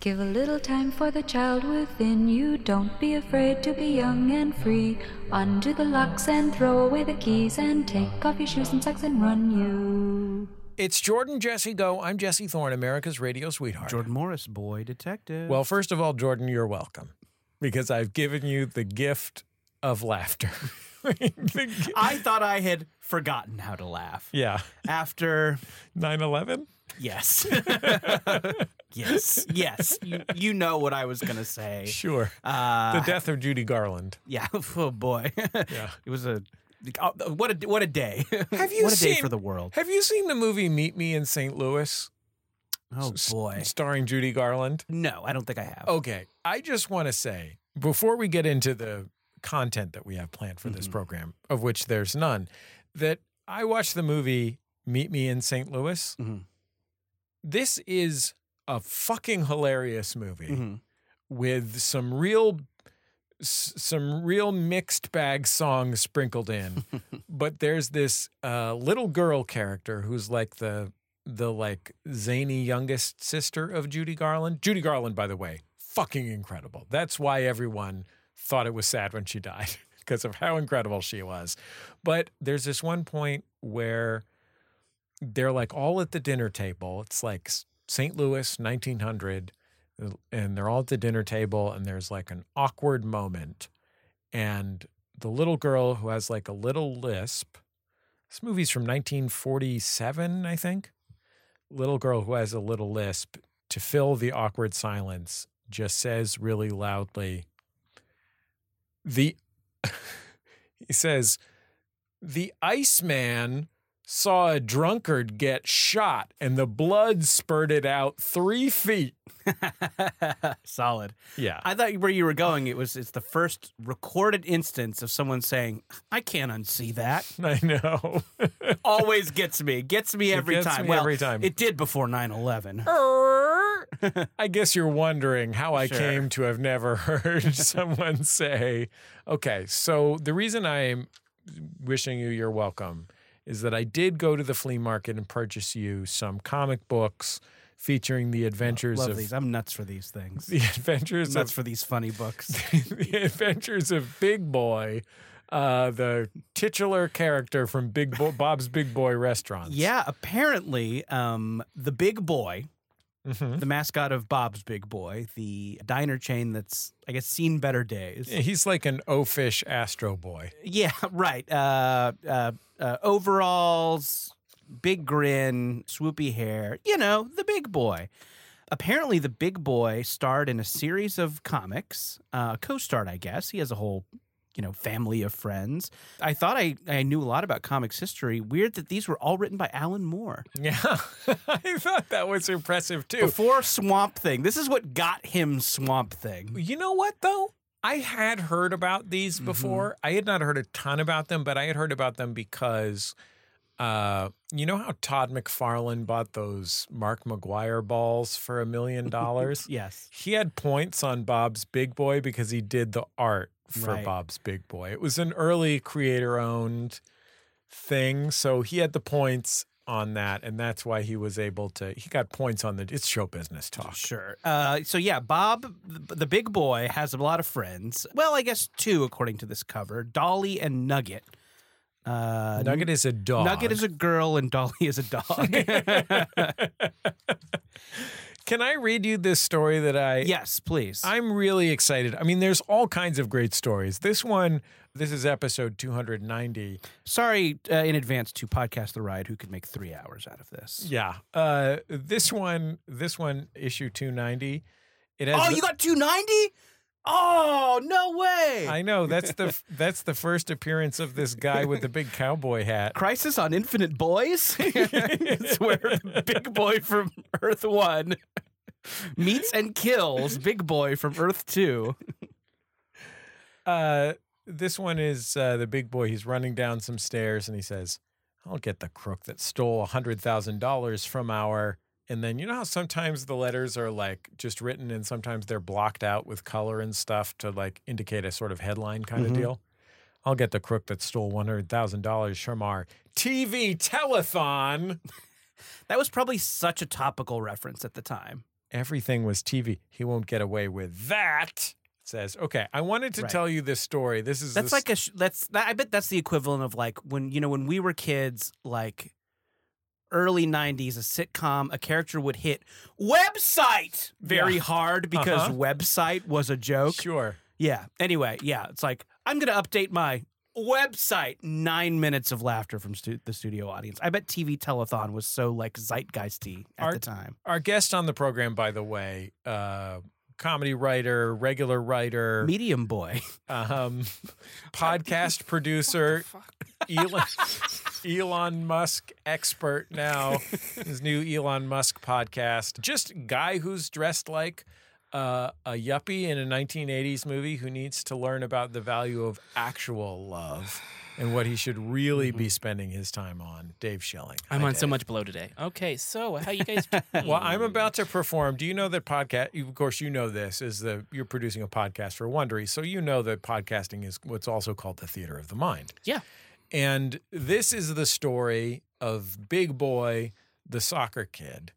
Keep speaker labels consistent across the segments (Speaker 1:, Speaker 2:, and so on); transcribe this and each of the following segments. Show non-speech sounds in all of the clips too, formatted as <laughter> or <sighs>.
Speaker 1: Give a little time for the child within you. Don't be afraid to be young and free. Undo the locks and throw away the keys and take off your shoes and socks and run you.
Speaker 2: It's Jordan Jesse Go. I'm Jesse Thorne, America's radio sweetheart.
Speaker 3: Jordan Morris, boy detective.
Speaker 2: Well, first of all, Jordan, you're welcome because I've given you the gift of laughter. <laughs> The gi-
Speaker 3: <laughs> I thought I had forgotten how to laugh.
Speaker 2: yeah.
Speaker 3: After
Speaker 2: 9 11? <laughs>
Speaker 3: yes, yes, yes, you, you know what I was gonna say.
Speaker 2: Sure.
Speaker 3: Uh,
Speaker 2: the death of Judy Garland.
Speaker 3: yeah. <laughs> Oh boy.
Speaker 2: Yeah.
Speaker 3: <laughs> It was a oh, what a what a day.
Speaker 2: <laughs> Have you
Speaker 3: what a day
Speaker 2: seen-
Speaker 3: for the world?
Speaker 2: Have you seen the movie Meet Me in St. Louis?
Speaker 3: Oh
Speaker 2: S-
Speaker 3: boy.
Speaker 2: Starring Judy Garland?
Speaker 3: No, I don't think I have.
Speaker 2: Okay. I just want to say before we get into the content that we have planned for this
Speaker 3: Mhm.
Speaker 2: program, of which there's none, that I watched the movie Meet Me in St. Louis.
Speaker 3: Mhm.
Speaker 2: This is a fucking hilarious movie
Speaker 3: Mhm.
Speaker 2: with some real s- some real mixed bag songs sprinkled in but there's this uh, little girl character who's like the the like zany youngest sister of Judy Garland. Judy Garland, by the way, fucking incredible. That's why everyone thought it was sad when she died <laughs> because of how incredible she was. But there's this one point where they're like all at the dinner table. It's like St. Louis, 1900, and they're all at the dinner table, and there's like an awkward moment, and the little girl who has like a little lisp. This movie's from 1947, I think. Little girl who has a little lisp to fill the awkward silence just says really loudly, The <laughs> he says, The Iceman saw a drunkard get shot and the blood spurted out three feet. Oh.
Speaker 3: <laughs> Solid.
Speaker 2: Yeah.
Speaker 3: I thought where you were going, it was it's the first recorded instance of someone saying, "I can't unsee that."
Speaker 2: I
Speaker 3: <laughs>
Speaker 2: know.
Speaker 3: Always gets me, gets me every
Speaker 2: gets
Speaker 3: time.
Speaker 2: me
Speaker 3: well,
Speaker 2: every time.
Speaker 3: it did before 9-11.
Speaker 2: I guess you're wondering how I
Speaker 3: Sure.
Speaker 2: came to have never <laughs> heard someone say, okay, so the reason I'm wishing you you're welcome is that I did go to the flea market and purchase you some comic books featuring the adventures
Speaker 3: Love
Speaker 2: of
Speaker 3: these. I'm nuts for these
Speaker 2: <laughs>
Speaker 3: things.
Speaker 2: the adventures
Speaker 3: I'm nuts
Speaker 2: of
Speaker 3: for these
Speaker 2: <laughs>
Speaker 3: funny books.
Speaker 2: the adventures of Big Boy, uh, the titular character from Big Bo- Bob's Big Boy Restaurants.
Speaker 3: yeah, apparently, um, the big boy,
Speaker 2: Mhm.
Speaker 3: the mascot of Bob's Big Boy, the diner chain that's I guess seen better days.
Speaker 2: He's like an O fish Astro Boy.
Speaker 3: Yeah, <laughs> right. Uh, uh, uh, overalls, big grin, swoopy hair. You know, the big boy. Apparently, the big boy starred in a series of comics, uh, co-starred, I guess. He has a whole, you know, family of friends. I thought I, I knew a lot about comics history. Weird that these were all written by Alan Moore
Speaker 2: Yeah, <laughs> I thought that was impressive too.
Speaker 3: before Swamp Thing. This is what got him Swamp Thing.
Speaker 2: You know what though? I had heard about these before. I had not heard a ton about them, but I had heard about them because uh, you know how Todd McFarlane bought those Mark McGuire balls for a million dollars?
Speaker 3: Yes.
Speaker 2: He had points on Bob's Big Boy because he did the art for
Speaker 3: Right.
Speaker 2: Bob's Big Boy. It was an early creator owned thing. So he had the points on that. And that's why he was able to, he got points on the, it's show business talk.
Speaker 3: Sure. Uh, so yeah, Bob, the, the big boy, has a lot of friends. Well, I guess two, according to this cover: Dolly and Nugget. Uh,
Speaker 2: Nugget is a dog.
Speaker 3: Nugget is a girl, and Dolly is
Speaker 2: <laughs>
Speaker 3: a dog.
Speaker 2: Can I read you this story that I?
Speaker 3: yes, please.
Speaker 2: I'm really excited. I mean, there's all kinds of great stories. This one, this is episode 290.
Speaker 3: sorry uh, in advance to podcast the ride, who could make three hours out of this.
Speaker 2: Yeah. Uh, this one, this one, issue 290. It has.
Speaker 3: Oh, you got two ninety. Oh no way!
Speaker 2: I know that's the <laughs> that's the first appearance of this guy with the big cowboy hat.
Speaker 3: Crisis on Infinite
Speaker 2: <laughs>
Speaker 3: Boys. it's where the Big Boy from Earth One meets and kills Big Boy from Earth Two.
Speaker 2: Uh, this one is uh, the big boy. He's running down some stairs and he says, I'll get the crook that stole $100,000 from our. And then you know how sometimes the letters are like just written and sometimes they're blocked out with color and stuff to like indicate a sort of headline kind
Speaker 3: Mhm.
Speaker 2: of deal? I'll get the crook that stole $100,000 from our TV telethon.
Speaker 3: That was probably such a topical reference at the time.
Speaker 2: everything was TV. He won't get away with that. Says, okay, I wanted to
Speaker 3: Right.
Speaker 2: tell you this story. This is
Speaker 3: That's
Speaker 2: the
Speaker 3: like a sh- that's that, I bet that's the equivalent of like when you know when we were kids like early 90s a sitcom a character would hit website very
Speaker 2: Yeah.
Speaker 3: hard because
Speaker 2: Uh-huh.
Speaker 3: website was a joke.
Speaker 2: sure.
Speaker 3: Yeah. Anyway, yeah, it's like I'm going to update my website. 9 minutes of laughter from stu- the studio audience. I bet TV telethon was so like zeitgeisty at
Speaker 2: Art-
Speaker 3: the time.
Speaker 2: Our guest on the program, by the way, uh, comedy writer, regular writer,
Speaker 3: Medium boy. <laughs>
Speaker 4: <laughs>
Speaker 2: um, podcast producer, Elon, Elon Musk expert now, his new Elon Musk podcast. Just guy who's dressed like uh, a yuppie in a 1980s movie who needs to learn about the value of actual love and what he should really be spending his time on. Dave Schilling.
Speaker 4: Mm-hmm. I'm
Speaker 2: Hi,
Speaker 4: on so
Speaker 2: Dave.
Speaker 4: much blow today. Okay, so how
Speaker 3: <laughs>
Speaker 4: you guys?
Speaker 2: Well, I'm
Speaker 4: doing?
Speaker 2: about to perform. Do you know that podcast? you- Of course, you know this is the you're producing a podcast for Wondery, so you know that podcasting is what's also called the theater of the mind.
Speaker 4: Yeah.
Speaker 2: And this is the story of Big Boy, the soccer kid.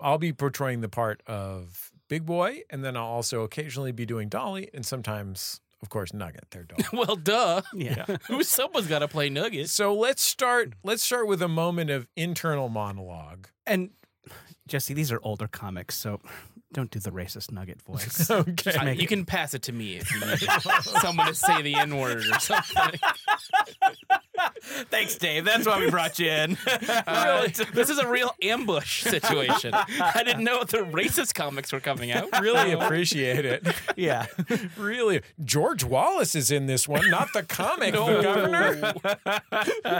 Speaker 2: I'll be portraying the part of Big Boy, and then I'll also occasionally be doing Dolly, and sometimes, of course, Nugget, their dog.
Speaker 4: Well, duh.
Speaker 3: Yeah.
Speaker 4: Who? <laughs> Someone's got to play Nuggets.
Speaker 2: so let's start. Let's start with a moment of internal monologue.
Speaker 3: and Jesse, these are older comics, so don't do the racist nugget voice.
Speaker 2: <laughs> Okay.
Speaker 4: I-
Speaker 3: make
Speaker 4: you
Speaker 3: it-
Speaker 4: can pass it to me if you
Speaker 3: <laughs>
Speaker 4: need it. someone to say the N word or something.
Speaker 3: Thanks, Dave. That's why we brought you
Speaker 4: <laughs>
Speaker 3: in.
Speaker 4: Uh, this is a real ambush situation. I didn't know the racist comics were coming out.
Speaker 3: <laughs>
Speaker 4: <laughs>
Speaker 2: Really appreciate it.
Speaker 3: <laughs>
Speaker 2: <laughs>
Speaker 3: yeah.
Speaker 2: Really, George Wallace is in this one, not the <laughs> comic, the governor.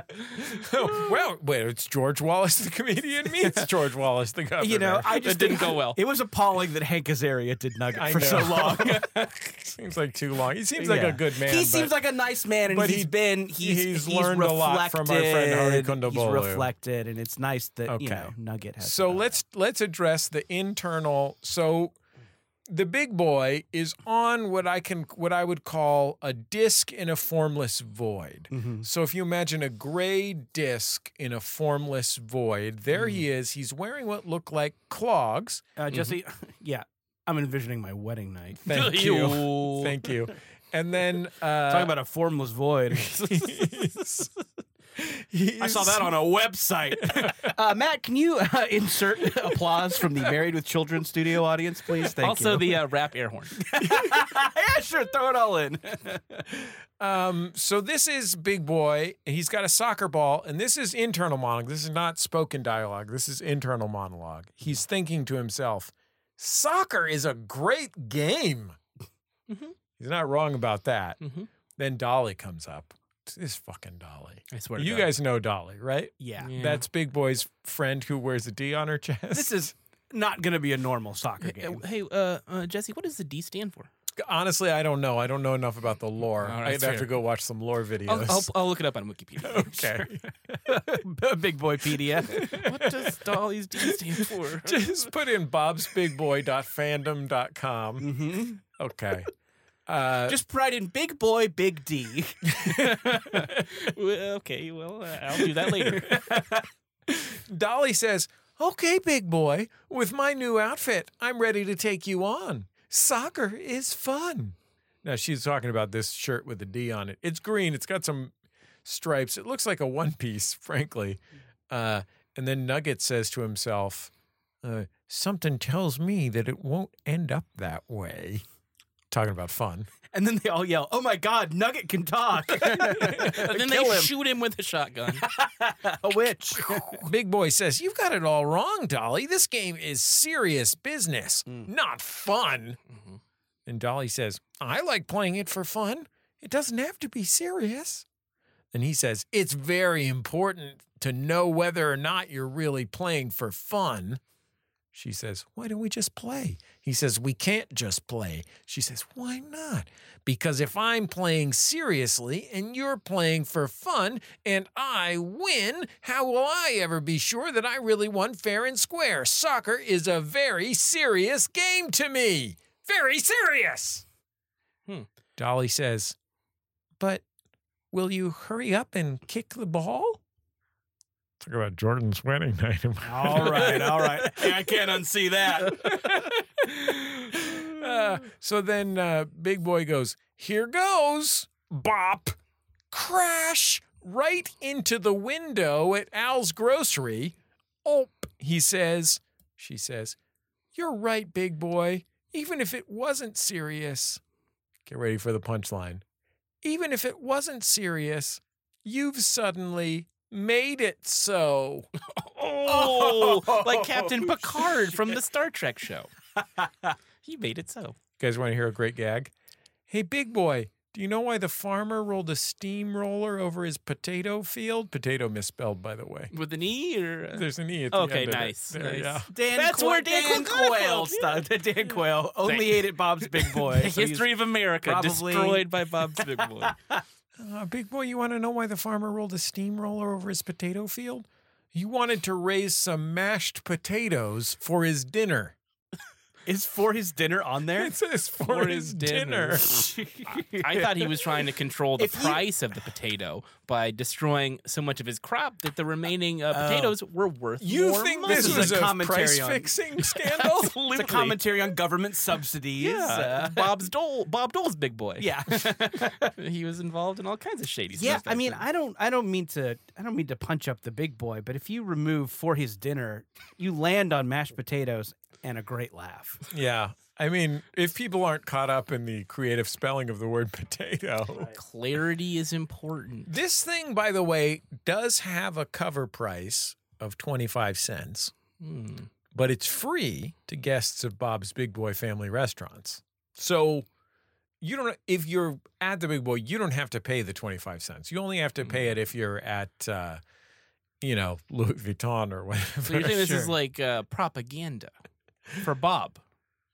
Speaker 2: well, wait, it's George Wallace the <laughs> comedian meets George Wallace the governor.
Speaker 3: You know, I just
Speaker 4: That didn't
Speaker 3: think-
Speaker 4: go well.
Speaker 3: It was appalling that Hank Azaria did Nugget
Speaker 2: I
Speaker 3: for so
Speaker 2: know.
Speaker 3: long. <laughs>
Speaker 2: seems like too long. He <laughs> seems like
Speaker 3: Yeah.
Speaker 2: a good man.
Speaker 3: He
Speaker 2: but-
Speaker 3: seems like a nice man, and
Speaker 2: but
Speaker 3: he's
Speaker 2: he-
Speaker 3: been he's,
Speaker 2: he's
Speaker 3: he's,
Speaker 2: learned a lot from our friend Hari
Speaker 3: reflected,
Speaker 2: Kondabolu.
Speaker 3: He's reflected, and it's nice that
Speaker 2: Okay.
Speaker 3: you know Nugget has.
Speaker 2: So
Speaker 3: done that.
Speaker 2: let's let's address the internal. So the big boy is on what I can what I would call a disc in a formless void.
Speaker 3: Mhm.
Speaker 2: So if you imagine a gray disc in a formless void, there he is. He's wearing what look like clogs.
Speaker 3: uh, Jesse. <laughs> Yeah, I'm envisioning my wedding
Speaker 2: <laughs>
Speaker 3: night.
Speaker 2: Thank you.
Speaker 4: Ew.
Speaker 2: <laughs> Thank you. And
Speaker 3: <laughs>
Speaker 2: then uh,
Speaker 3: Talking about a
Speaker 2: <laughs>
Speaker 3: formless void.
Speaker 2: he's-
Speaker 3: I saw
Speaker 2: he's-
Speaker 3: that on a website. <laughs> uh, Matt, can you uh, insert <laughs> applause from the Married with Children studio audience, please? Thank
Speaker 4: also,
Speaker 3: you.
Speaker 4: the uh, rap air horn.
Speaker 3: <laughs> yeah, sure, throw it all in.
Speaker 2: Um, so this is Big Boy. and He's got a soccer ball, and this is internal monologue. This is not spoken dialogue. This is internal monologue. He's thinking to himself, soccer is a great game.
Speaker 4: Mhm.
Speaker 2: He's not wrong about that.
Speaker 4: Mhm.
Speaker 2: Then Dolly comes up. This fucking Dolly.
Speaker 4: I swear to
Speaker 2: You
Speaker 4: God.
Speaker 2: guys know Dolly, right?
Speaker 3: <laughs> Yeah.
Speaker 4: Yeah.
Speaker 2: That's Big Boy's friend who wears a D on her chest.
Speaker 3: This is not going to be a normal soccer
Speaker 4: Hey,
Speaker 3: game.
Speaker 4: Hey, uh, uh, Jesse, what does the D stand for?
Speaker 2: honestly, I don't know. I don't know enough about the lore.
Speaker 4: All right,
Speaker 2: I'd have
Speaker 4: fair. Oh,
Speaker 2: to go watch some lore videos.
Speaker 4: I'll, I'll, I'll look it up on
Speaker 3: <laughs>
Speaker 4: Wikipedia.
Speaker 2: <laughs> okay.
Speaker 3: Big <laughs> boypedia.
Speaker 4: what <laughs> does Dolly's D stand <laughs> for?
Speaker 2: just put in bobsbigboy.fandom.com.
Speaker 3: mm-hmm.
Speaker 2: Okay. Uh,
Speaker 3: Just pride in big boy, big D.
Speaker 4: <laughs> Well, okay, well, uh, I'll do that <laughs> later.
Speaker 2: Dolly says, Okay, big boy, with my new outfit, I'm ready to take you on. Soccer is fun. Now, she's talking about this shirt with the D on it. It's green, it's got some stripes. It looks like a one piece, <laughs> frankly. Uh, and then Nugget says to himself, uh, Something tells me that it won't end up that way. Talking about fun.
Speaker 3: And then they all yell, "Oh my God, Nugget can talk!" <laughs>
Speaker 4: And then
Speaker 3: Kill
Speaker 4: they
Speaker 3: him.
Speaker 4: shoot him with a <laughs> shotgun.
Speaker 3: a witch.
Speaker 2: <laughs> Big Boy says, You've got it all wrong, Dolly. This game is serious business, not fun.
Speaker 4: Mhm.
Speaker 2: And Dolly says, I like playing it for fun. It doesn't have to be serious. And he says, It's very important to know whether or not you're really playing for fun. She says, Why don't we just play? He says, We can't just play. She says, Why not? Because if I'm playing seriously and you're playing for fun and I win, how will I ever be sure that I really won fair and square? Soccer is a very serious game to me. Very serious.
Speaker 4: Hmm.
Speaker 2: Dolly says, But will you hurry up and kick the ball? Talk about Jordan's wedding night. <laughs>
Speaker 3: All right, all <laughs> right.
Speaker 4: Hey, I can't
Speaker 3: <laughs>
Speaker 4: unsee that.
Speaker 2: Uh, so then uh, Big Boy goes, Here goes, bop, crash right into the window at Al's grocery. Oh, he says, She says, You're right, Big Boy. Even if it wasn't serious, get ready for the punchline. Even if it wasn't serious, you've suddenly made it so.
Speaker 4: Oh, like
Speaker 3: <laughs>
Speaker 4: Captain Picard from the Star Trek show. he made it so.
Speaker 2: You guys want to hear a great gag? Hey, big boy, do you know why the farmer rolled a steamroller over his potato field? Potato misspelled, by the way.
Speaker 4: With an E or. uh,
Speaker 2: There's an E at the
Speaker 4: Okay,
Speaker 2: end of it.
Speaker 4: nice.
Speaker 2: There,
Speaker 4: nice.
Speaker 2: yeah.
Speaker 3: Dan
Speaker 4: That's where Dan Quayle got it <laughs> from.
Speaker 3: stuff. Dan Quayle only
Speaker 4: Thank-
Speaker 3: ate at Bob's
Speaker 4: <laughs>
Speaker 3: Big Boy.
Speaker 4: The
Speaker 3: so he's-
Speaker 4: history of America
Speaker 3: probably-
Speaker 4: destroyed by Bob's Big Boy.
Speaker 3: <laughs>
Speaker 2: Uh, big boy, you want to know why the farmer rolled a steamroller over his potato field? He wanted to raise some mashed potatoes for his dinner.
Speaker 3: is for his dinner on there.
Speaker 4: <laughs>
Speaker 2: It says <laughs> for, his, dinner.
Speaker 4: I thought he was trying to control the
Speaker 3: If you-
Speaker 4: price of the potato by destroying so much of his crop that the remaining
Speaker 3: Oh.
Speaker 4: uh, potatoes were worth
Speaker 2: <laughs> You
Speaker 4: more
Speaker 2: think
Speaker 4: money.
Speaker 2: this,
Speaker 3: This is
Speaker 2: was
Speaker 3: a commentary
Speaker 2: price
Speaker 3: on-
Speaker 2: fixing scandal?
Speaker 3: It's a commentary on government subsidies.
Speaker 4: Yeah,
Speaker 3: uh,
Speaker 4: <laughs> Bob's Dole, Bob Dole's big boy. <laughs>
Speaker 3: yeah. <laughs>
Speaker 4: he was involved in all kinds of shady stuff.
Speaker 3: Yeah, I
Speaker 4: back
Speaker 3: mean,
Speaker 4: then.
Speaker 3: I don't, I don't mean to, I don't mean to punch up the big boy, but if you remove for his dinner, you land on mashed potatoes and a great laugh.
Speaker 2: yeah. I mean, if people aren't caught up in the creative spelling of the word <laughs> potato.
Speaker 4: clarity is
Speaker 2: <laughs>
Speaker 4: important.
Speaker 2: This thing, by the way, does have a cover price of 25 cents,
Speaker 4: Hmm.
Speaker 2: but it's free to guests of Bob's Big Boy family restaurants. So you don't if you're at the Big Boy, you don't have to pay the 25 cents. You only have to
Speaker 4: Hmm.
Speaker 2: pay it if you're at uh, you know, Louis Vuitton or <laughs> whatever.
Speaker 4: So you're saying this is
Speaker 2: Sure.
Speaker 4: like uh, propaganda for Bob?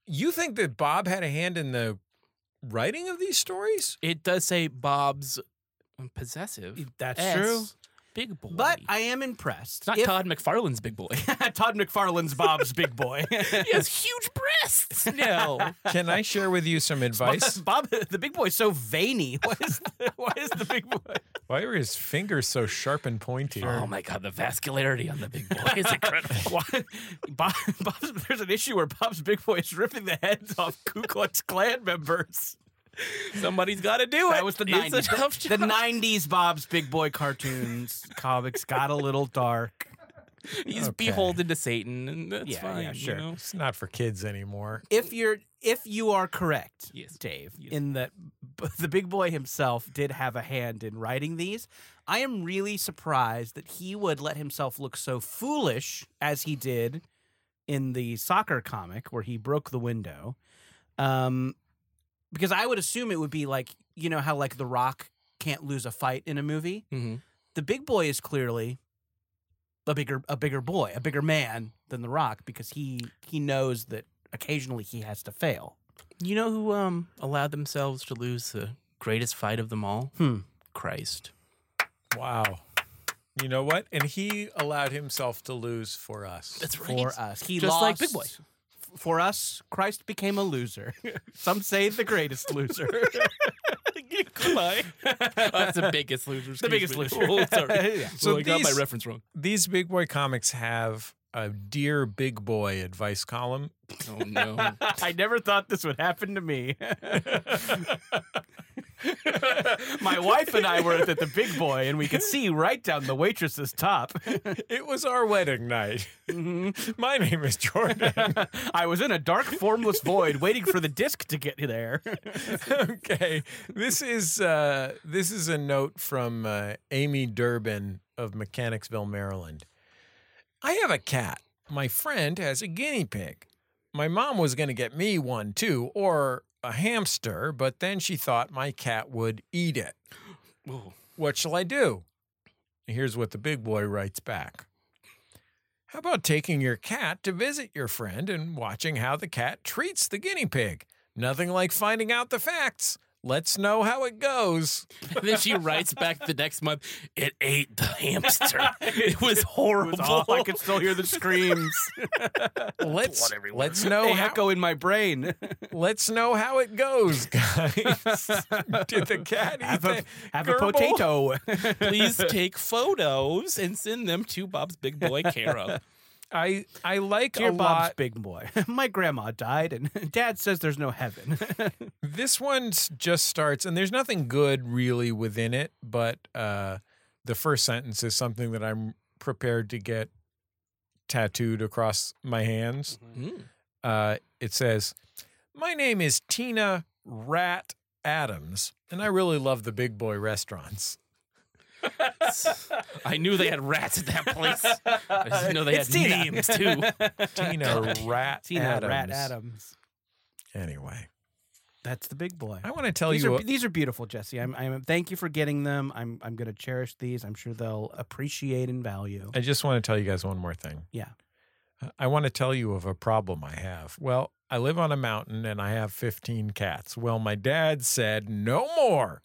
Speaker 2: You think that Bob had a hand in the writing of these stories?
Speaker 4: It does say Bob's possessive.
Speaker 3: That's
Speaker 4: S,
Speaker 3: true.
Speaker 4: Big boy.
Speaker 3: But I am impressed.
Speaker 4: it's not
Speaker 3: If-
Speaker 4: Todd McFarlane's big boy.
Speaker 3: <laughs>
Speaker 4: <laughs>
Speaker 3: Todd McFarlane's Bob's Big Boy.
Speaker 4: he has huge breasts. <laughs> No.
Speaker 2: Can I share with you
Speaker 4: <laughs>
Speaker 2: some advice?
Speaker 3: Bob, the Big Boy's so veiny. What is, the, what is the Big Boy?
Speaker 2: Why are his fingers so sharp and pointy?
Speaker 4: Oh my god, the vascularity on the big boy is incredible.
Speaker 3: Why- Bob, <laughs> Bob's, there's an issue where Bob's Big Boy is ripping the heads off Ku Klux Klan members.
Speaker 4: Somebody's got to do it.
Speaker 3: That was the
Speaker 4: It's a
Speaker 3: 90s.
Speaker 4: tough
Speaker 3: The
Speaker 4: job.
Speaker 3: 90s Bob's Big Boy cartoons, comics got a little dark.
Speaker 4: He's
Speaker 2: Okay.
Speaker 4: beholden to Satan, and that's
Speaker 3: Yeah, yeah,
Speaker 4: fine.
Speaker 3: sure.
Speaker 4: You know?
Speaker 2: It's not for kids anymore.
Speaker 3: If you're if you are correct,
Speaker 4: Yes.
Speaker 3: Dave,
Speaker 4: Yes.
Speaker 3: in that b- <laughs> the Big Boy himself did have a hand in writing these, I am really surprised that he would let himself look so foolish as he did in the soccer comic where he broke the window. Um, because I would assume it would be like you know how like The Rock can't lose a fight in a movie.
Speaker 4: Mm-hmm.
Speaker 3: the big boy is clearly a bigger a bigger boy, a bigger man than the Rock because he he knows that occasionally he has to fail.
Speaker 4: You know who um allowed themselves to lose the greatest fight of them all?
Speaker 3: Hmm.
Speaker 4: Christ.
Speaker 2: Wow. You know what? And he allowed himself to lose for us.
Speaker 3: <laughs> For us, he
Speaker 4: Just like
Speaker 3: lost-
Speaker 4: Big Boy.
Speaker 3: f- For us, Christ became a loser. <laughs> Some say the greatest loser. <laughs>
Speaker 4: Goodbye. <laughs> That's the biggest loser. excuse
Speaker 3: biggest
Speaker 4: me.
Speaker 3: loser.
Speaker 4: Oh,
Speaker 3: <laughs>
Speaker 4: sorry.
Speaker 3: Yeah.
Speaker 4: So
Speaker 2: So
Speaker 4: I got my
Speaker 2: these-
Speaker 4: reference wrong.
Speaker 2: These big boy comics have a dear big boy advice column.
Speaker 4: Oh no. <laughs>
Speaker 3: I never thought this would happen to me. <laughs> My wife and I were at the big boy, and we could see right down the waitress's top. <laughs>
Speaker 2: It was our wedding night.
Speaker 3: Mm-hmm.
Speaker 2: <laughs> My name is
Speaker 3: <laughs>
Speaker 2: Jordan.
Speaker 3: I was in a dark, formless void waiting for the disc to get there.
Speaker 2: <laughs> okay. This is uh, this is a note from uh, Amy Durbin of Mechanicsville, Maryland. I have a cat. My friend has a guinea pig. My mom was going to get me one too, or a hamster, but then she thought my cat would eat it.
Speaker 4: Whoa.
Speaker 2: What shall I do? Here's what the big boy writes back. How about taking your cat to visit your friend and watching how the cat treats the guinea pig? Nothing like finding out the facts. Let's know how it
Speaker 3: <laughs>
Speaker 2: goes.
Speaker 4: And then she writes back the next month, it ate the hamster. It was horrible.
Speaker 3: I could <laughs> still hear the screams. <laughs> Oh,
Speaker 2: Let's let's know
Speaker 3: they
Speaker 2: how,
Speaker 3: echo in my brain.
Speaker 2: <laughs>
Speaker 3: <laughs>
Speaker 2: let's know how it goes, guys. <laughs> Did the cat eat
Speaker 3: have
Speaker 2: the
Speaker 3: a, have a
Speaker 2: gerbil?
Speaker 3: potato. <laughs>
Speaker 4: Please take photos and send them to Bob's Big Boy Caro.
Speaker 2: I I like
Speaker 3: Dear
Speaker 2: a
Speaker 3: Bob's
Speaker 2: lot.
Speaker 3: Big Boy, <laughs> my grandma died, and <laughs> Dad says there's no heaven. <laughs>
Speaker 2: This one s- just starts, and there's nothing good really within it, but uh, the first sentence is something that I'm prepared to get tattooed across my hands.
Speaker 3: Mm-hmm.
Speaker 4: Mm.
Speaker 2: Uh, it says, My name is Tina Rat Adams, and I really love the big boy restaurants.
Speaker 4: I knew they had rats at that place. I just know they
Speaker 3: It's
Speaker 4: had
Speaker 3: Tina.
Speaker 4: names too.
Speaker 2: Tina Rat
Speaker 3: Tina
Speaker 2: Adams.
Speaker 3: Rat Adams.
Speaker 2: Anyway,
Speaker 3: That's the big boy.
Speaker 2: I want to tell
Speaker 3: these
Speaker 2: you.
Speaker 3: are
Speaker 2: a-
Speaker 3: these are beautiful, Jesse. I'm, I'm thank you for getting them. I'm I'm going to cherish these. I'm sure they'll appreciate and value.
Speaker 2: I just want to tell you guys one more thing.
Speaker 3: Yeah.
Speaker 2: I- I want to tell you of a problem I have. Well, I live on a mountain and I have 15 cats. Well, my dad said, no more.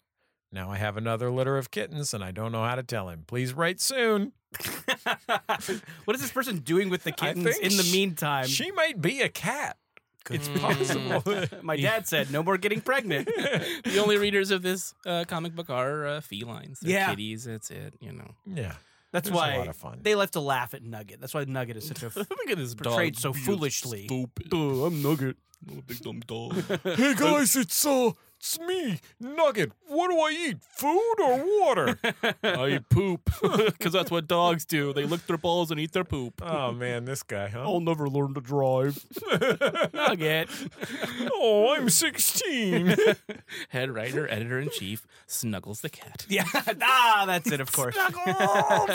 Speaker 2: Now I have another litter of kittens and I don't know how to tell him. Please write soon.
Speaker 3: <laughs> what is this person doing <laughs> with the
Speaker 2: I
Speaker 3: kittens
Speaker 2: think
Speaker 3: in the
Speaker 2: she-
Speaker 3: meantime?
Speaker 2: she might be a cat. It's
Speaker 4: Mm.
Speaker 2: possible.
Speaker 3: <laughs> <laughs> My dad said no more getting <laughs> pregnant.
Speaker 4: The only readers of this uh, comic book are uh, felines. They're
Speaker 3: Yeah.
Speaker 4: kitties. That's it. You know.
Speaker 2: yeah.
Speaker 3: That's
Speaker 2: It was a
Speaker 3: why
Speaker 2: lot of fun.
Speaker 3: they love to laugh at Nugget. That's why Nugget is such <laughs> a.
Speaker 4: Look at this
Speaker 3: Portrayed so
Speaker 4: You're
Speaker 3: foolishly.
Speaker 4: Stupid.
Speaker 3: Duh, I'm Nugget.
Speaker 4: Little big dumb <laughs> dog.
Speaker 2: <laughs> Hey guys, it's uh, it's me, Nugget. What do I eat? Food or water?
Speaker 4: I eat poop <laughs> because that's what dogs do. They lick their balls and eat their poop.
Speaker 2: <laughs> oh man, this guy, huh?
Speaker 3: never learn to <laughs> drive. Nugget.
Speaker 2: Oh, I'm <laughs> 16.
Speaker 4: Head writer, editor in chief, Snuggles the cat.
Speaker 3: Yeah. <laughs> Ah, that's it, of course.
Speaker 2: Oh,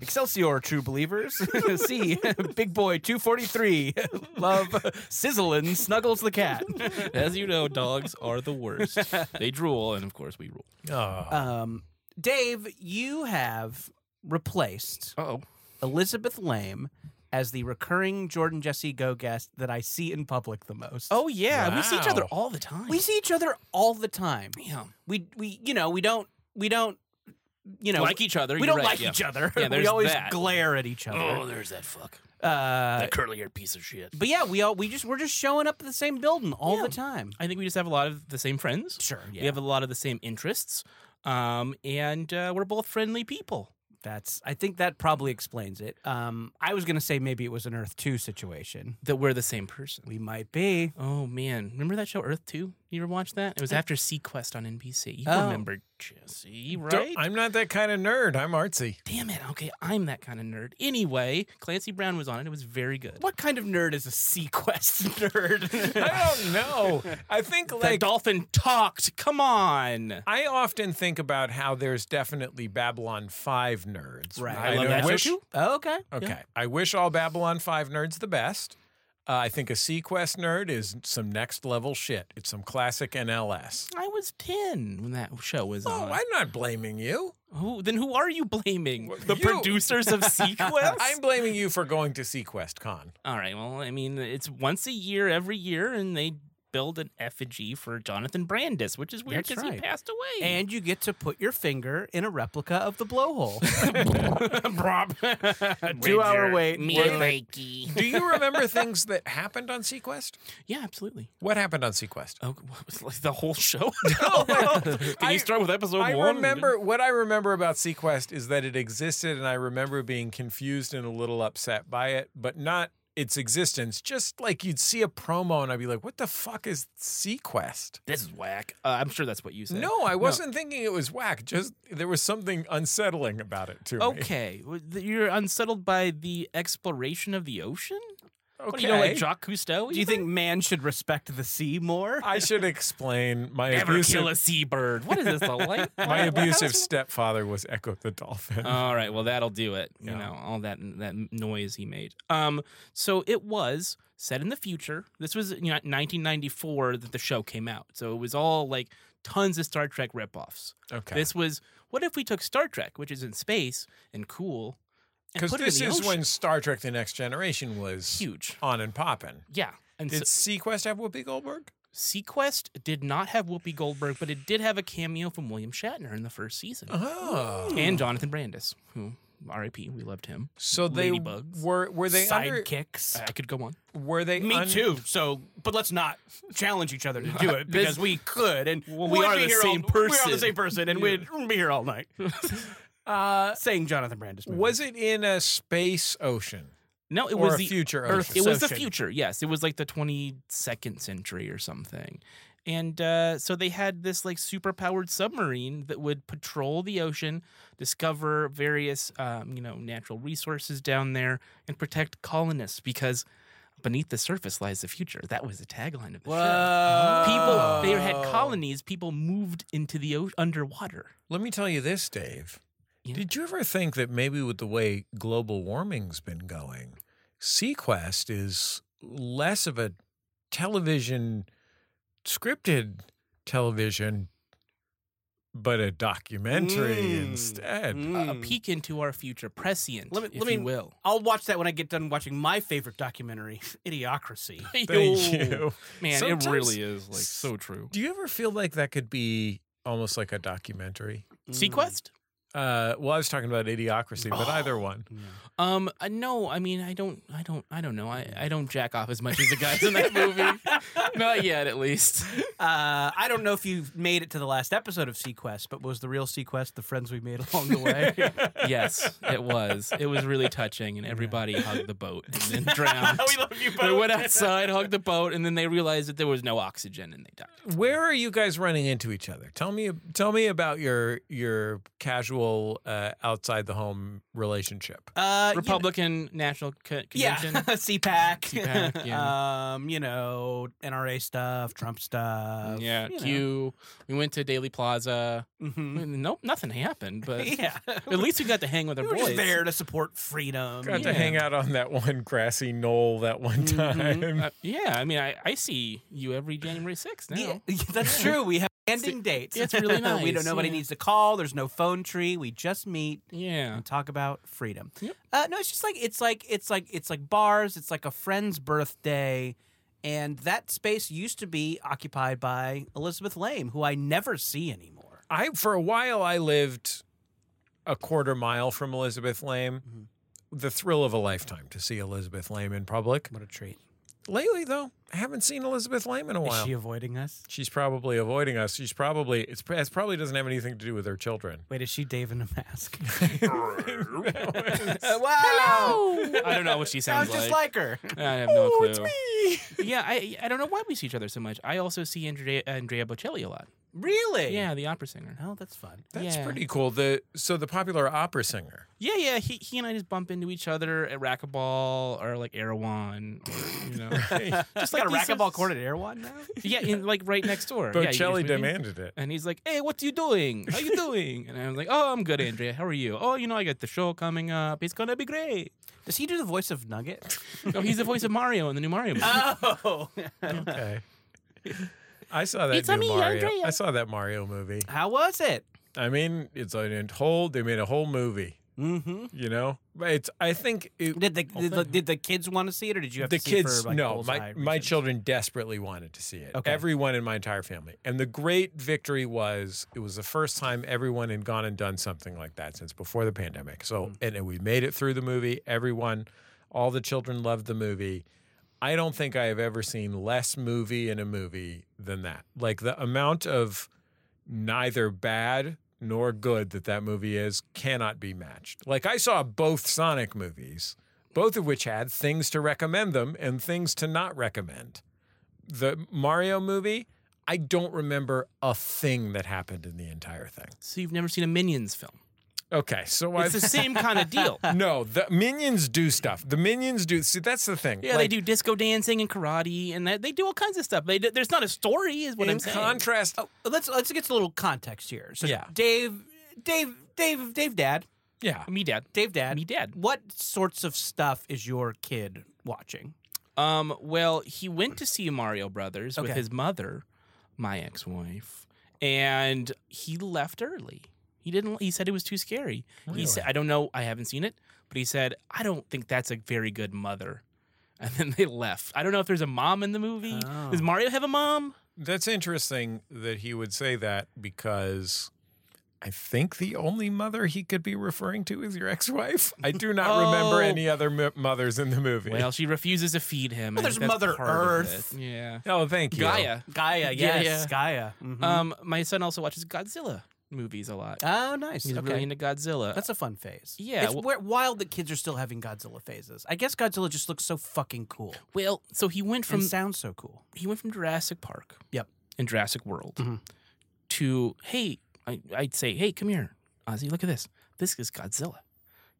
Speaker 3: Excelsior, true believers. <laughs> See, Big Boy 243. <laughs> Love Sizzlin' Snuggles the <laughs> Cat.
Speaker 4: As you know, dogs are the <laughs> worst. They drool, and of course we rule.
Speaker 2: oh.
Speaker 3: Um, Dave, you have replaced
Speaker 4: Oh,
Speaker 3: Elizabeth Lame as the recurring Jordan Jesse Go guest that I see in public the most.
Speaker 4: oh yeah, we see each other
Speaker 2: Wow.
Speaker 4: all the time.
Speaker 3: we see each other all the time.
Speaker 4: yeah,
Speaker 3: We we you know, we don't we don't you know
Speaker 4: like each other.
Speaker 3: we
Speaker 4: you're
Speaker 3: don't
Speaker 4: right,
Speaker 3: like
Speaker 4: yeah.
Speaker 3: each other. <laughs>
Speaker 4: Yeah,
Speaker 3: we
Speaker 4: there's
Speaker 3: always
Speaker 4: that.
Speaker 3: glare at each
Speaker 4: Oh,
Speaker 3: other.
Speaker 4: there's that fuck.
Speaker 3: uh,
Speaker 4: That curly haired piece of shit.
Speaker 3: But yeah, we all we just we're just showing up at the same building all
Speaker 4: Yeah.
Speaker 3: the time.
Speaker 4: I think we just have a lot of the same friends.
Speaker 3: Sure, yeah.
Speaker 4: We have a lot of the same interests, um, and uh, we're both friendly people.
Speaker 3: That's I think that probably explains it. Um, I was gonna say maybe it was an Earth Two situation.
Speaker 4: That we're the same person.
Speaker 3: We might be.
Speaker 4: Oh man, remember that show Earth Two? You ever watch that? It was after Sequest on NBC. You
Speaker 3: Oh.
Speaker 4: remember Jesse,
Speaker 2: Don't-
Speaker 4: right?
Speaker 2: I'm not that kind of nerd. I'm artsy.
Speaker 4: Damn it! Okay, I'm that kind of nerd. Anyway, Clancy Brown was on it. It was very good.
Speaker 3: What kind of nerd is a Sequest <laughs>
Speaker 4: <laughs>
Speaker 3: nerd?
Speaker 2: I don't know. I <laughs> think
Speaker 4: The
Speaker 2: like
Speaker 4: dolphin talked. Come on.
Speaker 2: I often think about how there's definitely Babylon 5 nerds.
Speaker 3: Right.
Speaker 4: I love
Speaker 2: know-
Speaker 4: that show
Speaker 2: wish-
Speaker 4: too.
Speaker 3: oh, okay.
Speaker 2: Okay. I wish all Babylon 5 nerds the best. Uh, I think a Sequest nerd is some next level shit. It's some classic NLS.
Speaker 4: I was ten when that show was
Speaker 2: Oh,
Speaker 4: on.
Speaker 2: I'm not blaming
Speaker 3: <laughs>
Speaker 2: you.
Speaker 4: Who, then who are you blaming?
Speaker 2: What-
Speaker 4: the
Speaker 2: you.
Speaker 4: producers
Speaker 2: <laughs>
Speaker 4: of Sequest?
Speaker 2: I'm blaming you for going to Sequest Con.
Speaker 4: All right. Well, I mean, it's once a year, every year, and they build an effigy for Jonathan Brandis, which is weird
Speaker 3: That's
Speaker 4: because he
Speaker 3: right.
Speaker 4: passed away.
Speaker 3: And you get to put your finger in a replica of the blowhole.
Speaker 4: <laughs>
Speaker 3: Two hour wait.
Speaker 4: Me, Mikey.
Speaker 2: Do you
Speaker 3: <laughs>
Speaker 2: remember things that happened on Sequest?
Speaker 4: <laughs> Yeah, absolutely.
Speaker 2: What happened on Sequest?
Speaker 4: Oh, <laughs> what was like the whole <laughs> show? Can
Speaker 2: I-
Speaker 4: you start with episode
Speaker 2: I
Speaker 4: one? and
Speaker 2: remember what I remember about Sequest is that it existed, and I remember being confused and a little upset by it, but not its existence. Just like you'd see a promo, and I'd be like, "What the fuck is Sequest?"
Speaker 4: then- This is whack. Uh, I'm sure that's what you said.
Speaker 2: No, I wasn't thinking it was whack. Just there was something unsettling about it to me.
Speaker 4: Okay, well, th- you're unsettled by the exploration of the ocean.
Speaker 2: okay.
Speaker 4: What do you know, like Jacques Cousteau?
Speaker 3: Do you think man should respect the sea more?
Speaker 2: I should explain my
Speaker 4: ever
Speaker 2: abusive
Speaker 4: kill a seabird? What is this? A light?
Speaker 2: <laughs> my
Speaker 4: <laughs>
Speaker 2: abusive stepfather was Echo the Dolphin.
Speaker 4: All right, well that'll do it. You
Speaker 2: Yeah.
Speaker 4: know, all that that noise he made. Um, so it was set in the future. This was you know 1994 that the show came out. So it was all like tons of Star Trek ripoffs.
Speaker 2: okay,
Speaker 4: This was what if we took Star Trek, which is in space and cool, and
Speaker 2: because
Speaker 4: put
Speaker 2: this
Speaker 4: it in the
Speaker 2: is
Speaker 4: ocean?
Speaker 2: when Star Trek: The Next Generation was
Speaker 4: huge.
Speaker 2: on and popping.
Speaker 4: Yeah, and
Speaker 2: Did
Speaker 4: so,
Speaker 2: Sequest have Whoopi Goldberg?
Speaker 4: Sequest did not have Whoopi Goldberg, but it did have a cameo from William Shatner in the first season,
Speaker 2: Oh.
Speaker 4: and Jonathan Brandis, who R.I.P. We loved him.
Speaker 2: So they
Speaker 4: Ladybugs.
Speaker 2: were were they under
Speaker 5: sidekicks.
Speaker 4: I could go on.
Speaker 2: were they
Speaker 3: Me
Speaker 2: un-
Speaker 3: too. So, but let's not challenge each other to do
Speaker 4: <laughs>
Speaker 3: it
Speaker 4: This-
Speaker 3: because we could, and
Speaker 4: Well, we
Speaker 3: we'd
Speaker 4: are
Speaker 3: be
Speaker 4: the
Speaker 3: here
Speaker 4: same
Speaker 3: all, We are
Speaker 4: person.
Speaker 3: the same person, and we'd be here all
Speaker 4: <laughs>
Speaker 3: night
Speaker 2: Uh,
Speaker 3: saying Jonathan Brandis. Movie.
Speaker 2: was it in a space ocean
Speaker 4: No, it
Speaker 2: or
Speaker 4: was
Speaker 2: a
Speaker 4: the
Speaker 2: future
Speaker 4: Earth.
Speaker 2: ocean?
Speaker 4: It was the
Speaker 3: Ocean.
Speaker 4: future. Yes, it was like the 22nd century or something. And uh, so they had this like super powered submarine that would patrol the ocean, discover various um, you know natural resources down there, and protect colonists because beneath the surface lies the future. That was the tagline of the show. People they had colonies. People moved into the o- underwater.
Speaker 2: Let me tell you this, Dave.
Speaker 4: Yeah.
Speaker 2: Did you ever think that maybe with the way global warming's been going, Sequest is less of a television scripted television but a documentary
Speaker 3: Mm.
Speaker 2: instead.
Speaker 4: A
Speaker 3: Mm.
Speaker 4: peek into our future, prescient,
Speaker 3: Let me-
Speaker 4: if
Speaker 3: let me-
Speaker 4: you will.
Speaker 3: I'll watch that when I get done watching my favorite documentary, <laughs>
Speaker 4: <laughs>
Speaker 3: Idiocracy.
Speaker 2: Thank
Speaker 4: Yo.
Speaker 2: you.
Speaker 4: Man,
Speaker 2: Sometimes-
Speaker 4: it really is like so true.
Speaker 2: Do you ever feel like that could be almost like a documentary?
Speaker 3: Mm.
Speaker 4: Sequest?
Speaker 2: Uh, well, I was talking about Idiocracy, but
Speaker 4: Oh.
Speaker 2: either one.
Speaker 3: Mm.
Speaker 4: Um, uh, no, I mean, I don't, I don't, I don't know. I, I don't jack off as much as the guys in that movie.
Speaker 3: <laughs>
Speaker 4: Not yet, at least.
Speaker 5: Uh,
Speaker 3: I don't know if you've made it to the last episode of Sequest, but was the real Sequest the friends we made along the
Speaker 4: <laughs>
Speaker 3: way? <laughs>
Speaker 4: Yes, it was. It was really touching, and everybody hugged the boat
Speaker 3: <laughs>
Speaker 4: and then drowned.
Speaker 3: we love you
Speaker 4: they
Speaker 3: both.
Speaker 4: went outside, hugged the boat, and then they realized that there was no oxygen, and they died.
Speaker 3: Uh,
Speaker 2: Where are you guys running into each other? Tell me, tell me about your your casual uh, outside the home relationship.
Speaker 3: Uh, you
Speaker 4: Republican National Co-
Speaker 3: Yeah,
Speaker 4: Convention.
Speaker 3: <laughs> CPAC.
Speaker 4: CPAC, yeah.
Speaker 3: <laughs> Um, you know, NRA stuff, Trump stuff.
Speaker 4: Yeah,
Speaker 3: you know.
Speaker 4: Q. We went to Daily Plaza. <laughs>
Speaker 3: Mhm.
Speaker 4: Nope, nothing happened. But
Speaker 3: <laughs> Yeah.
Speaker 4: at least we got to hang with our
Speaker 3: we were
Speaker 4: boys.
Speaker 3: just there to support freedom.
Speaker 2: Got to
Speaker 4: Yeah.
Speaker 2: hang out on that one grassy knoll that one time.
Speaker 3: Mm-hmm.
Speaker 4: Uh,
Speaker 2: <laughs>
Speaker 4: yeah, I mean, I, I see you every January 6th now.
Speaker 3: <laughs> Yeah, that's true. We have ending dates. <laughs>
Speaker 4: it's really
Speaker 3: we
Speaker 4: nice,
Speaker 3: don't. Nobody
Speaker 4: yeah.
Speaker 3: needs to call. There's no phone tree. We just meet <laughs>
Speaker 4: Yeah.
Speaker 3: and talk about freedom.
Speaker 4: Yep.
Speaker 3: Uh, no, it's just like it's like it's like it's like bars. It's like a friend's birthday, and that space used to be occupied by Elizabeth Lame, who I never see anymore.
Speaker 2: I for a while I lived a quarter mile from Elizabeth Lame.
Speaker 4: Mm-hmm.
Speaker 2: The thrill of a lifetime to see Elizabeth Lame in public.
Speaker 3: What a treat!
Speaker 2: Lately, though, I haven't seen Elizabeth Lame in a
Speaker 3: Is
Speaker 2: while.
Speaker 3: she avoiding us?
Speaker 2: She's probably avoiding us. She's probably it's it probably doesn't have anything to do with her
Speaker 4: <laughs>
Speaker 2: children. <laughs>
Speaker 3: Wait, is she Dave in a mask? <laughs>
Speaker 2: That
Speaker 3: wow!
Speaker 4: I don't know what she
Speaker 3: Sounds
Speaker 4: sounds
Speaker 3: just
Speaker 4: like.
Speaker 3: like her.
Speaker 4: I have no clue.
Speaker 2: was-
Speaker 4: Yeah,
Speaker 3: <laughs>
Speaker 4: I I don't know why we see each other so much. I also see Andrea, Andrea Bocelli a lot.
Speaker 3: Really?
Speaker 4: Yeah, the opera singer.
Speaker 3: Oh, that's fun.
Speaker 2: That's
Speaker 4: Yeah.
Speaker 2: pretty cool. The so the popular opera
Speaker 4: <laughs>
Speaker 2: singer.
Speaker 4: Yeah, yeah. He, he and I just bump into each other at racquetball or like Erewhon, or,
Speaker 3: <laughs>
Speaker 4: you know.
Speaker 3: Just like
Speaker 4: like
Speaker 3: a
Speaker 4: these-
Speaker 3: racquetball court at Erewhon now.
Speaker 4: yeah, in, like right next door. Yeah, you
Speaker 2: <laughs>
Speaker 4: just
Speaker 2: Bocelli
Speaker 4: meet him.
Speaker 2: demanded it.
Speaker 4: <laughs> And he's like, "Hey, what you doing?
Speaker 3: <laughs>
Speaker 4: How you doing?" And I was like, "Oh, I'm good, Andrea. How are you? Oh, you know, I got the show coming up. It's gonna be great."
Speaker 3: <laughs> Does he do the voice of Nugget?
Speaker 4: No, Oh, he's the voice of Mario in the new Mario movie.
Speaker 2: Uh,
Speaker 3: Oh,
Speaker 2: Okay. I saw that
Speaker 4: It's
Speaker 2: new
Speaker 4: a me,
Speaker 2: Mario.
Speaker 4: Andrea.
Speaker 2: I saw that Mario movie.
Speaker 3: how was it?
Speaker 2: I mean, it's a whole. They made a whole movie.
Speaker 3: Mm-hmm.
Speaker 2: You know, But it's. I think it,
Speaker 3: Did the, did the did the kids want to see it, or did you have
Speaker 2: the
Speaker 3: to see
Speaker 2: kids
Speaker 3: It for, like,
Speaker 2: no my,
Speaker 3: bullseye
Speaker 2: my
Speaker 3: reasons?
Speaker 2: children desperately wanted to see it
Speaker 3: Okay.
Speaker 2: everyone in my entire family and the great victory was it was the first time everyone had gone and done something like that since before the pandemic so
Speaker 3: Hmm.
Speaker 2: and we made it through the movie everyone all the children loved the movie i don't think i have ever seen less movie in a movie than that like the amount of neither bad nor good that that movie is cannot be matched. Like I saw both Sonic movies, both of which had things to recommend them and things to not recommend. The Mario movie, I don't remember a thing that happened in the entire thing.
Speaker 4: So you've never seen a Minions film?
Speaker 2: Okay, so I
Speaker 4: It's
Speaker 2: <laughs>
Speaker 4: the same kind of deal.
Speaker 2: no, the minions do stuff. The minions do. See, that's the thing.
Speaker 4: Yeah,
Speaker 2: Like,
Speaker 4: they do disco dancing and karate, and that, they do all kinds of stuff. They do, there's not a story, is what
Speaker 2: In
Speaker 4: I'm saying.
Speaker 2: contrast,
Speaker 3: Oh, let's let's get a little context here. So
Speaker 2: Yeah.
Speaker 3: Dave, Dave, Dave, Dave, Dad,
Speaker 2: yeah,
Speaker 4: me dad,
Speaker 3: Dave, Dad,
Speaker 4: me dad.
Speaker 3: What sorts of stuff is your kid watching?
Speaker 4: Um, well, he went to see Mario Brothers with
Speaker 3: Okay.
Speaker 4: his mother, my ex-wife, and he left early. He didn't. He said it was too scary. He said, "I don't know. I haven't seen it." But he said, "I don't think that's a very good mother." <laughs> and then they left. I don't know if there's a mom in the movie.
Speaker 2: Oh.
Speaker 4: Does Mario have a mom?
Speaker 2: That's interesting that he would say that because I think the only mother he could be referring to is your ex-wife. I do not remember
Speaker 4: Oh.
Speaker 2: any other m- mothers in the movie.
Speaker 4: Well, she refuses to feed him.
Speaker 3: Well,
Speaker 4: I think
Speaker 3: there's
Speaker 4: that's
Speaker 3: Mother
Speaker 4: part of
Speaker 3: Earth.
Speaker 4: it. Yeah.
Speaker 2: oh, thank you.
Speaker 4: Gaia.
Speaker 3: Gaia,
Speaker 4: Yeah,
Speaker 3: yes, Gaia. Mhm.
Speaker 4: Um, my son also watches Godzilla movies a lot.
Speaker 3: oh, nice.
Speaker 4: He's
Speaker 3: okay.
Speaker 4: really into Godzilla.
Speaker 3: That's a fun phase.
Speaker 4: Yeah,
Speaker 3: It's
Speaker 4: well-
Speaker 3: wi- wild that kids are still having Godzilla phases. I guess Godzilla just looks so fucking cool
Speaker 4: well, so he went from
Speaker 3: and sounds so cool.
Speaker 4: he went from Jurassic Park.
Speaker 3: Yep.
Speaker 4: And Jurassic World
Speaker 3: Mhm.
Speaker 4: to hey, I, I'd say hey, come here, Ozzy. Look at this. This is Godzilla,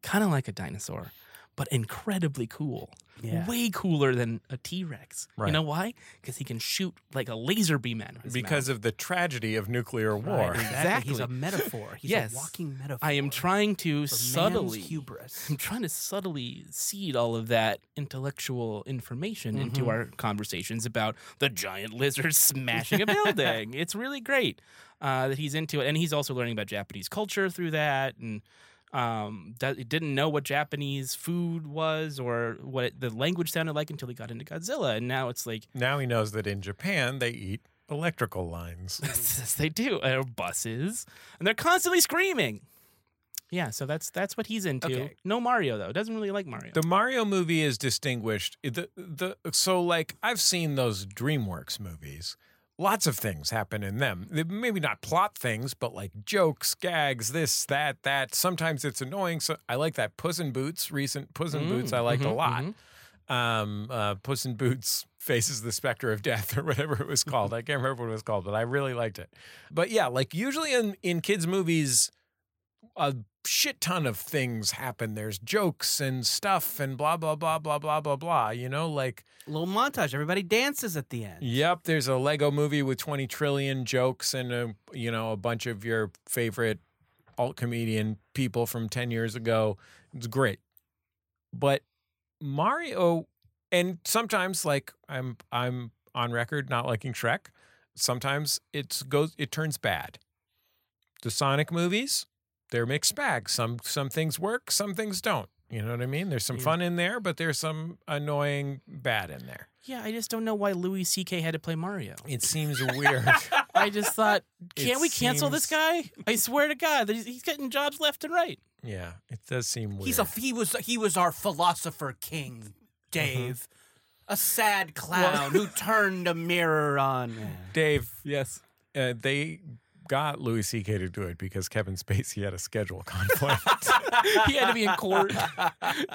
Speaker 4: kind of like a dinosaur, but incredibly cool.
Speaker 3: Yeah.
Speaker 4: Way cooler than a T Rex.
Speaker 2: Right.
Speaker 4: You know why? Because he can shoot like a laser beam at his
Speaker 2: Because of the tragedy of nuclear war.
Speaker 3: Right, exactly. He's a
Speaker 4: Exactly.
Speaker 3: metaphor. He's
Speaker 4: Yes.
Speaker 3: a walking metaphor.
Speaker 4: I am trying to
Speaker 3: for man's
Speaker 4: subtly
Speaker 3: hubris.
Speaker 4: <laughs> I'm trying to subtly seed all of that intellectual information into our conversations about the giant <laughs> lizard smashing a building. It's really great uh, that he's into it, and he's also learning about Japanese culture through that, and um, that he didn't know what Japanese food was or what it- the language sounded like until he got into Godzilla, and now it's like <laughs>
Speaker 2: Now he knows that in Japan they eat electrical lines.
Speaker 4: yes, they do or buses, and they're constantly screaming. Yeah, so that's that's what he's into.
Speaker 3: Okay.
Speaker 4: No Mario though; doesn't really like Mario.
Speaker 2: The Mario movie is distinguished. The the so like I've seen those DreamWorks movies. Lots of things happen in them. Maybe not plot things, but like jokes, gags, this, that, that. Sometimes it's annoying. So I like that Puss in Boots. Recent Puss in Boots, I liked a lot. Um, uh, Puss in Boots faces the specter of death <laughs> or whatever it was called. I can't remember what it was called, but I really liked it. But yeah, like usually in in kids movies, a shit ton of things happen. There's jokes and stuff and blah blah blah blah blah blah blah. You know, like
Speaker 3: Little montage. Everybody dances at the end.
Speaker 2: yep, there's a Lego movie with 20 trillion jokes and a, you know a bunch of your favorite alt comedian people from 10 years ago. It's great, but Mario and sometimes like I'm I'm on record not liking Shrek. Sometimes it's goes it turns bad. The Sonic movies, they're mixed bag. Some some things work, some things don't. You know what I mean? There's some
Speaker 4: Yeah.
Speaker 2: fun in there, but there's some annoying bad in there.
Speaker 4: Yeah, I just don't know why Louis C.K. had to play Mario.
Speaker 2: It seems weird. <laughs>
Speaker 4: I just thought, can't we cancel this
Speaker 2: seems-
Speaker 4: guy? I swear to God, that he's- he's getting jobs left and right.
Speaker 2: yeah, it does seem weird.
Speaker 3: He's a he was he was our philosopher
Speaker 4: Mm-hmm.
Speaker 3: king, Dave. A sad clown who turned a mirror on.
Speaker 2: Dave.
Speaker 4: Yes.
Speaker 2: Uh, they got Louis C.K. to do it because Kevin Spacey had a schedule <laughs> conflict.
Speaker 4: he had to be in court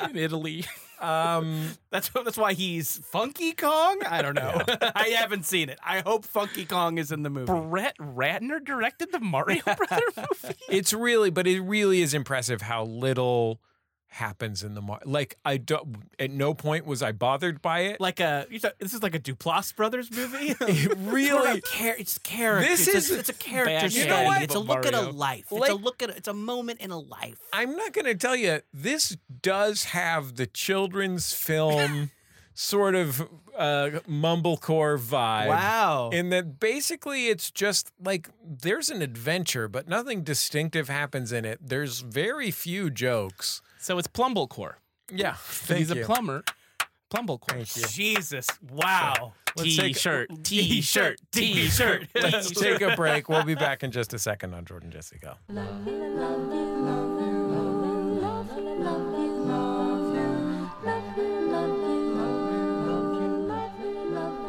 Speaker 4: in Italy.
Speaker 2: um,
Speaker 3: That's <laughs> what- that's why he's Funky Kong. I don't
Speaker 4: <laughs>
Speaker 3: know. <laughs> I haven't seen it. I hope Funky Kong is in the movie.
Speaker 4: Brett Ratner directed the Mario Brother
Speaker 3: <laughs>
Speaker 4: movie.
Speaker 2: it's really, but it really is impressive how little happens in the mar- like. I don't. At no point was I bothered by it.
Speaker 3: Like a you thought- this is like a Duplass brothers movie.
Speaker 2: It really.
Speaker 3: it's character.
Speaker 2: This
Speaker 3: it's
Speaker 2: is
Speaker 3: a, it's a character.
Speaker 4: bad
Speaker 3: You know
Speaker 4: hand,
Speaker 3: what?
Speaker 4: but
Speaker 3: It's a look at a
Speaker 4: Mario.
Speaker 3: life. it's a
Speaker 2: Like-
Speaker 3: look at a, it's a moment in a life.
Speaker 2: I'm not going to tell you. This does have the children's film sort of uh, mumblecore vibe.
Speaker 3: Wow.
Speaker 2: And that basically it's just like there's an adventure, but nothing distinctive happens in it. There's very few jokes.
Speaker 4: <laughs> So it's Plumblecore.
Speaker 2: <laughs> Yeah. Thank
Speaker 4: he's
Speaker 2: you.
Speaker 4: a plumber. Plumblecore.
Speaker 3: Jesus. Wow.
Speaker 2: Let's take-
Speaker 4: T-shirt,
Speaker 3: <laughs>
Speaker 4: T-shirt, T-shirt.
Speaker 2: <laughs> Let's take a break. We'll be back in just a second on Jordan Jesse Go.
Speaker 6: Love you, love you, love you, love you, love you, love you, love you, love you, love you, love you, love you, love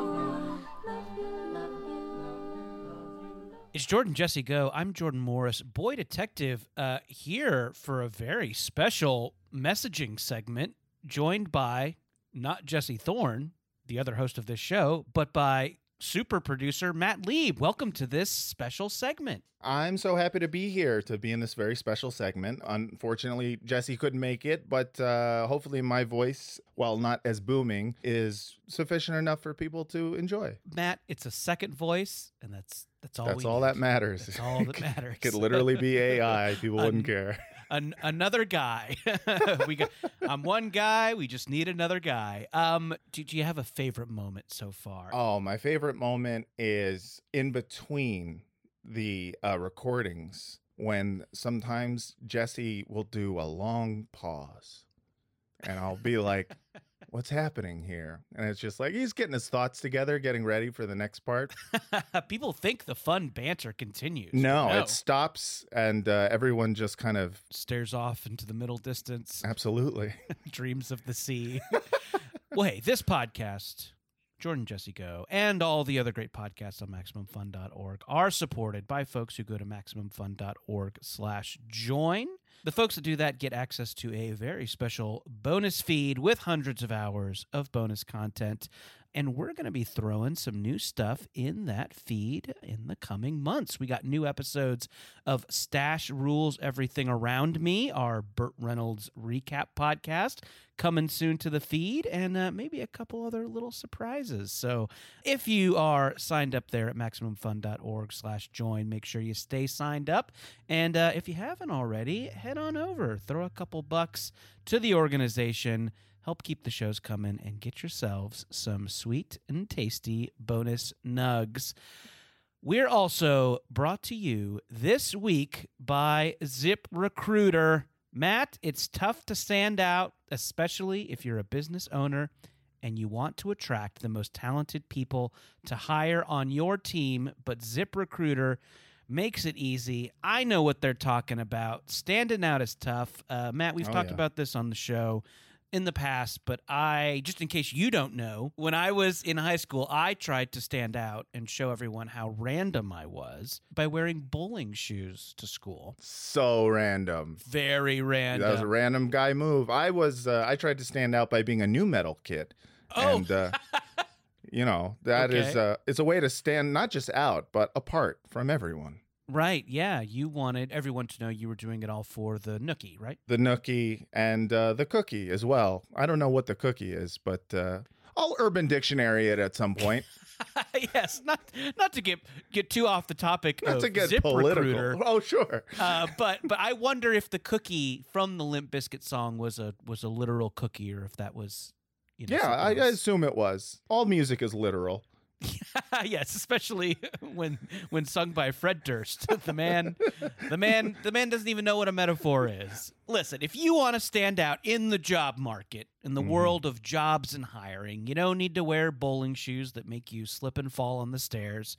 Speaker 6: you, love you, love you, love you.
Speaker 7: It's Jordan Jesse Go. I'm Jordan Morris, boy detective, uh, here for a very special messaging segment, joined by not Jesse Thorne, the other host of this show, but by super producer Matt Lieb. Welcome to this special segment.
Speaker 8: I'm so happy to be here to be in this very special segment. Unfortunately, Jesse couldn't make it, but uh, hopefully, my voice, while not as booming, is sufficient enough for people to enjoy.
Speaker 7: Matt, it's a second voice, and that's that's all.
Speaker 8: That's
Speaker 7: we
Speaker 8: all
Speaker 7: need.
Speaker 8: that matters.
Speaker 7: That's
Speaker 8: <laughs>
Speaker 7: all that
Speaker 8: Could-
Speaker 7: matters.
Speaker 8: Could literally be AI. People
Speaker 7: Un-
Speaker 8: wouldn't care.
Speaker 7: <laughs> An- another guy. <laughs> we got. I'm one guy. We just need another guy. Um, do, do you have a favorite moment so far?
Speaker 8: Oh, my favorite moment is in between the uh, recordings when sometimes Jesse will do a long pause, and I'll be like, what's happening here? And it's just like he's getting his thoughts together, getting ready for the next part.
Speaker 3: <laughs> People think the fun banter continues.
Speaker 8: No, it stops, and uh, everyone just kind of
Speaker 3: stares off into the middle distance,
Speaker 8: absolutely. <laughs>
Speaker 3: <laughs> dreams of the sea. well, hey, this podcast, Jordan Jesse Go, and all the other great podcasts on MaximumFun.org are supported by folks who go to MaximumFun.org slash join. The folks that do that get access to a very special bonus feed with hundreds of hours of bonus content. And we're going to be throwing some new stuff in that feed in the coming months. We got new episodes of Stash Rules Everything Around Me, our Burt Reynolds recap podcast, coming soon to the feed, and uh, maybe a couple other little surprises. So if you are signed up there at MaximumFun.org slash join, make sure you stay signed up. And uh, if you haven't already, head on over, throw a couple bucks to the organization help keep the shows coming and get yourselves some sweet and tasty bonus nugs. We're also brought to you this week by Zip Recruiter. Matt, it's tough to stand out, especially if you're a business owner and you want to attract the most talented people to hire on your team, but ZipRecruiter makes it easy. I know what they're talking about. Standing out is tough. Uh, Matt, we've
Speaker 8: Oh,
Speaker 3: talked
Speaker 8: yeah.
Speaker 3: about this on the show in the past, but I, just in case you don't know, when I was in high school, I tried to stand out and show everyone how random I was by wearing bowling shoes to school.
Speaker 8: so random.
Speaker 3: Very random.
Speaker 8: That was a random guy move. I was uh, I tried to stand out by being a new metal kid.
Speaker 3: Oh. <laughs>
Speaker 8: And uh, you know, that is
Speaker 3: Okay.
Speaker 8: uh it's a way to stand not just out, but apart from everyone.
Speaker 3: Right. Yeah. You wanted everyone to know you were doing it all for the nookie, right? <laughs>
Speaker 8: The nookie and uh, the cookie as well. I don't know what the cookie is, but uh I'll urban dictionary it at some point.
Speaker 3: <laughs> yes. Not not to get get too off the topic
Speaker 8: Not
Speaker 3: of
Speaker 8: to get
Speaker 3: Zip
Speaker 8: political.
Speaker 3: Recruiter,
Speaker 8: Oh, sure.
Speaker 3: uh, but but I wonder if the cookie from the Limp Bizkit song was a was a literal cookie or if that was you know
Speaker 8: Yeah, I,
Speaker 3: something
Speaker 8: I
Speaker 3: else.
Speaker 8: assume it was. All music is literal.
Speaker 3: <laughs> yes, especially when when sung by Fred Durst. <laughs> The man the man the man doesn't even know what a metaphor is. Listen, if you want to stand out in the job market, in the
Speaker 8: Mhm.
Speaker 3: world of jobs and hiring, you don't need to wear bowling shoes that make you slip and fall on the stairs.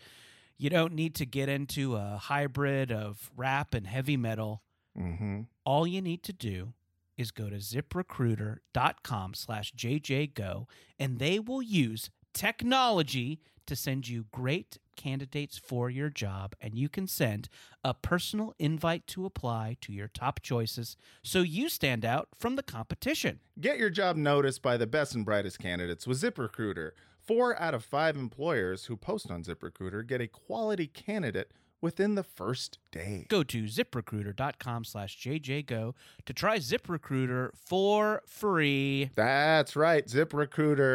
Speaker 3: You don't need to get into a hybrid of rap and heavy metal
Speaker 8: Mm-hmm.
Speaker 3: all you need to do is go to ziprecruiter.com slash jjgo and they will use technology to send you great candidates for your job and you can send a personal invite to apply to your top choices so you stand out from the competition
Speaker 8: Get your job noticed by the best and brightest candidates with ZipRecruiter. Four out of five employers who post on ZipRecruiter get a quality candidate within the first day.
Speaker 3: go to ziprecruiter.com slash jjgo to try ziprecruiter for free
Speaker 8: That's right,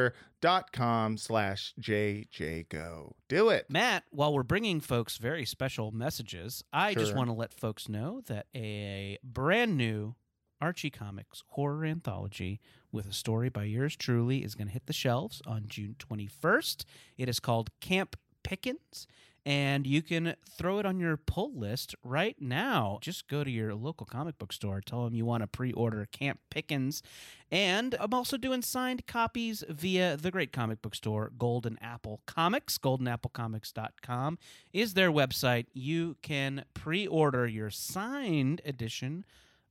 Speaker 8: ziprecruiter.com slash jjgo. Do it.
Speaker 3: Matt, while we're bringing folks very special messages, I just
Speaker 8: Sure.
Speaker 3: want to let folks know that a brand new Archie Comics horror anthology with a story by yours truly is going to hit the shelves on June 21st. It is called Camp Pickens, and you can throw it on your pull list right now. Just go to your local comic book store, tell them you want to pre order Camp Pickens, and I'm also doing signed copies via the great comic book store, Golden Apple Comics. GoldenAppleComics.com is their website. You can pre order your signed edition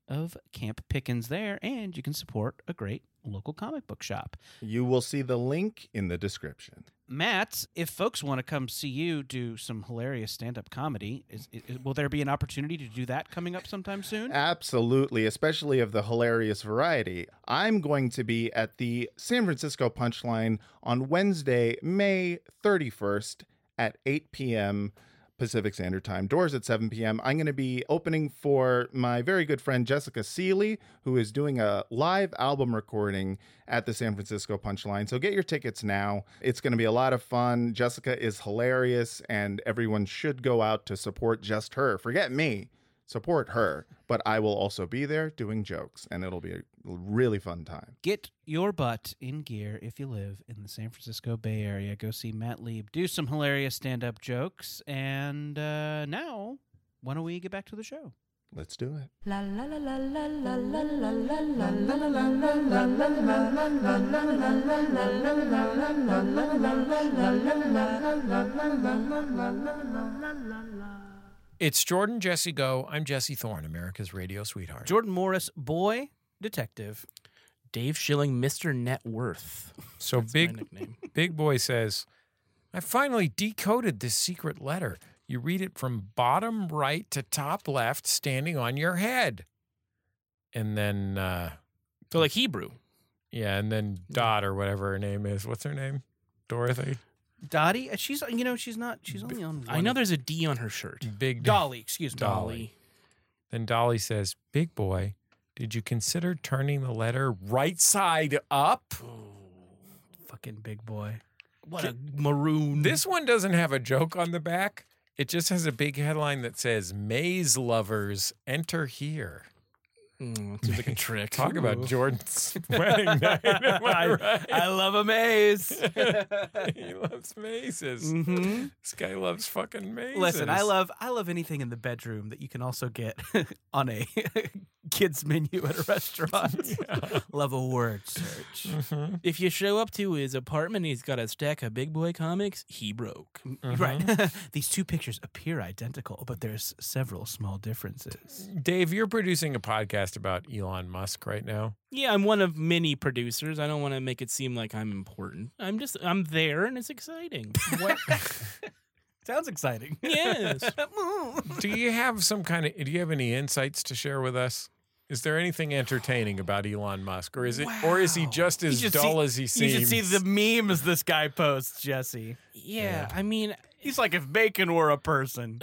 Speaker 3: of Camp Pickens there, and you can support a great local comic book shop.
Speaker 8: You will see the link in the description.
Speaker 3: Matt, if folks want to come see you do some hilarious stand up comedy, is, is, will there be an opportunity to do that coming up sometime soon?
Speaker 8: Absolutely, especially of the hilarious variety. I'm going to be at the San Francisco Punchline on Wednesday, May 31st at 8 p.m. Pacific Standard Time. Doors at 7 p.m. I'm going to be opening for my very good friend Jessica Seeley, who is doing a live album recording at the San Francisco Punchline. So get your tickets now. It's going to be a lot of fun. Jessica is hilarious, and everyone should go out to support just her. Forget me support her, but I will also be there doing jokes, and it'll be a really fun time.
Speaker 3: Get your butt in gear if you live in the San Francisco Bay Area. Go see Matt Lieb do some hilarious stand up jokes. And uh, now, why don't we get back to the show?
Speaker 8: Let's do it.
Speaker 2: It's Jordan Jesse Go. I'm Jesse Thorne, America's radio sweetheart.
Speaker 3: Jordan Morris, boy detective.
Speaker 4: Dave Schilling, Mr. Net Worth.
Speaker 2: so
Speaker 4: That's my
Speaker 2: big
Speaker 4: nickname.
Speaker 2: big boy says, I finally decoded this secret letter. You read it from bottom right to top left, standing on your head. And then uh
Speaker 4: So like Hebrew.
Speaker 2: yeah, and then Dot or whatever her name is. What's her name? Dorothy.
Speaker 3: Dottie, uh, she's you know she's not she's only on. One.
Speaker 4: I know there's a D on her shirt.
Speaker 2: Big
Speaker 3: Dolly. Excuse me.
Speaker 2: Dolly. Then Dolly says, Big boy, did you consider turning the letter right side up?
Speaker 3: Fucking big boy.
Speaker 4: What a maroon.
Speaker 2: This one doesn't have a joke on the back. It just has a big headline that says, Maze Lovers, enter here.
Speaker 4: Mm, it
Speaker 2: <laughs>
Speaker 4: seems like a trick.
Speaker 2: Talk about Jordan's wedding night. Am I, right?
Speaker 3: I love
Speaker 2: <laughs>
Speaker 3: a maze.
Speaker 2: he loves mazes.
Speaker 3: hmm
Speaker 2: This guy loves fucking mazes.
Speaker 3: Listen, I love I love anything in the bedroom that you can also get <laughs> on a kids menu at a
Speaker 2: <laughs>
Speaker 3: restaurant. love a word search.
Speaker 2: Mhm,
Speaker 4: If you show up to his apartment, he's got a stack of big boy comics. He broke.
Speaker 2: mhm.
Speaker 3: Mm, Right. <laughs> These two pictures appear identical, but there's several small differences.
Speaker 2: Dave, you're producing a podcast about Elon Musk right now.
Speaker 4: Yeah, I'm one of many producers. I don't want to make it seem like I'm important. I'm just I'm there, and it's exciting.
Speaker 2: What
Speaker 3: Sounds exciting. <laughs>
Speaker 4: <laughs> yes.
Speaker 2: do you have some kind of do you have any insights to share with us? Is there anything entertaining about Elon Musk? Or is it or is he just as
Speaker 3: should
Speaker 2: dull
Speaker 3: see-
Speaker 2: as he
Speaker 3: You
Speaker 2: seems?
Speaker 3: should see the memes this guy posts, Jesse.
Speaker 4: Yeah, I mean,
Speaker 3: He's like if bacon were a person.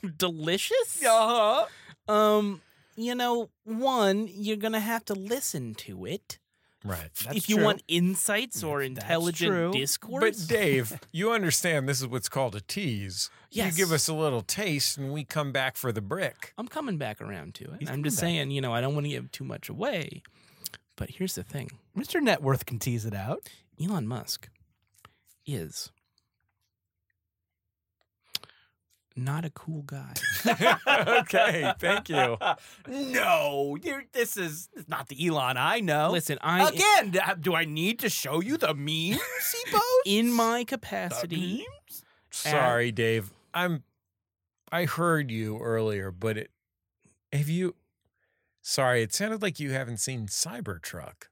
Speaker 2: <laughs>
Speaker 4: delicious.
Speaker 3: Uh-huh.
Speaker 4: Um, you know, one, you're gonna have to listen to it
Speaker 2: right.
Speaker 4: if you want insights or
Speaker 3: true.
Speaker 4: intelligent
Speaker 3: But
Speaker 2: But
Speaker 4: discourse.
Speaker 2: Dave, you understand this is what's called a tease.
Speaker 4: Yes.
Speaker 2: You give us a little taste and we come back for the brick.
Speaker 4: I'm coming back around to it.
Speaker 3: He's
Speaker 4: I'm just
Speaker 3: coming back.
Speaker 4: saying, you know, I don't want to give too much away. But here's the thing:
Speaker 3: Mr. Networth can tease it <laughs> out.
Speaker 4: Elon Musk is not a cool guy.
Speaker 2: okay, thank you.
Speaker 3: No, you're, this is not the Elon I know.
Speaker 4: Listen, I
Speaker 3: Again, do I- do I need to show you the memes he posts?
Speaker 4: in my
Speaker 3: The
Speaker 4: capacity,
Speaker 3: memes?
Speaker 2: Sorry, Dave. I'm I heard you earlier, but it have you Sorry, it sounded like you haven't seen Cybertruck.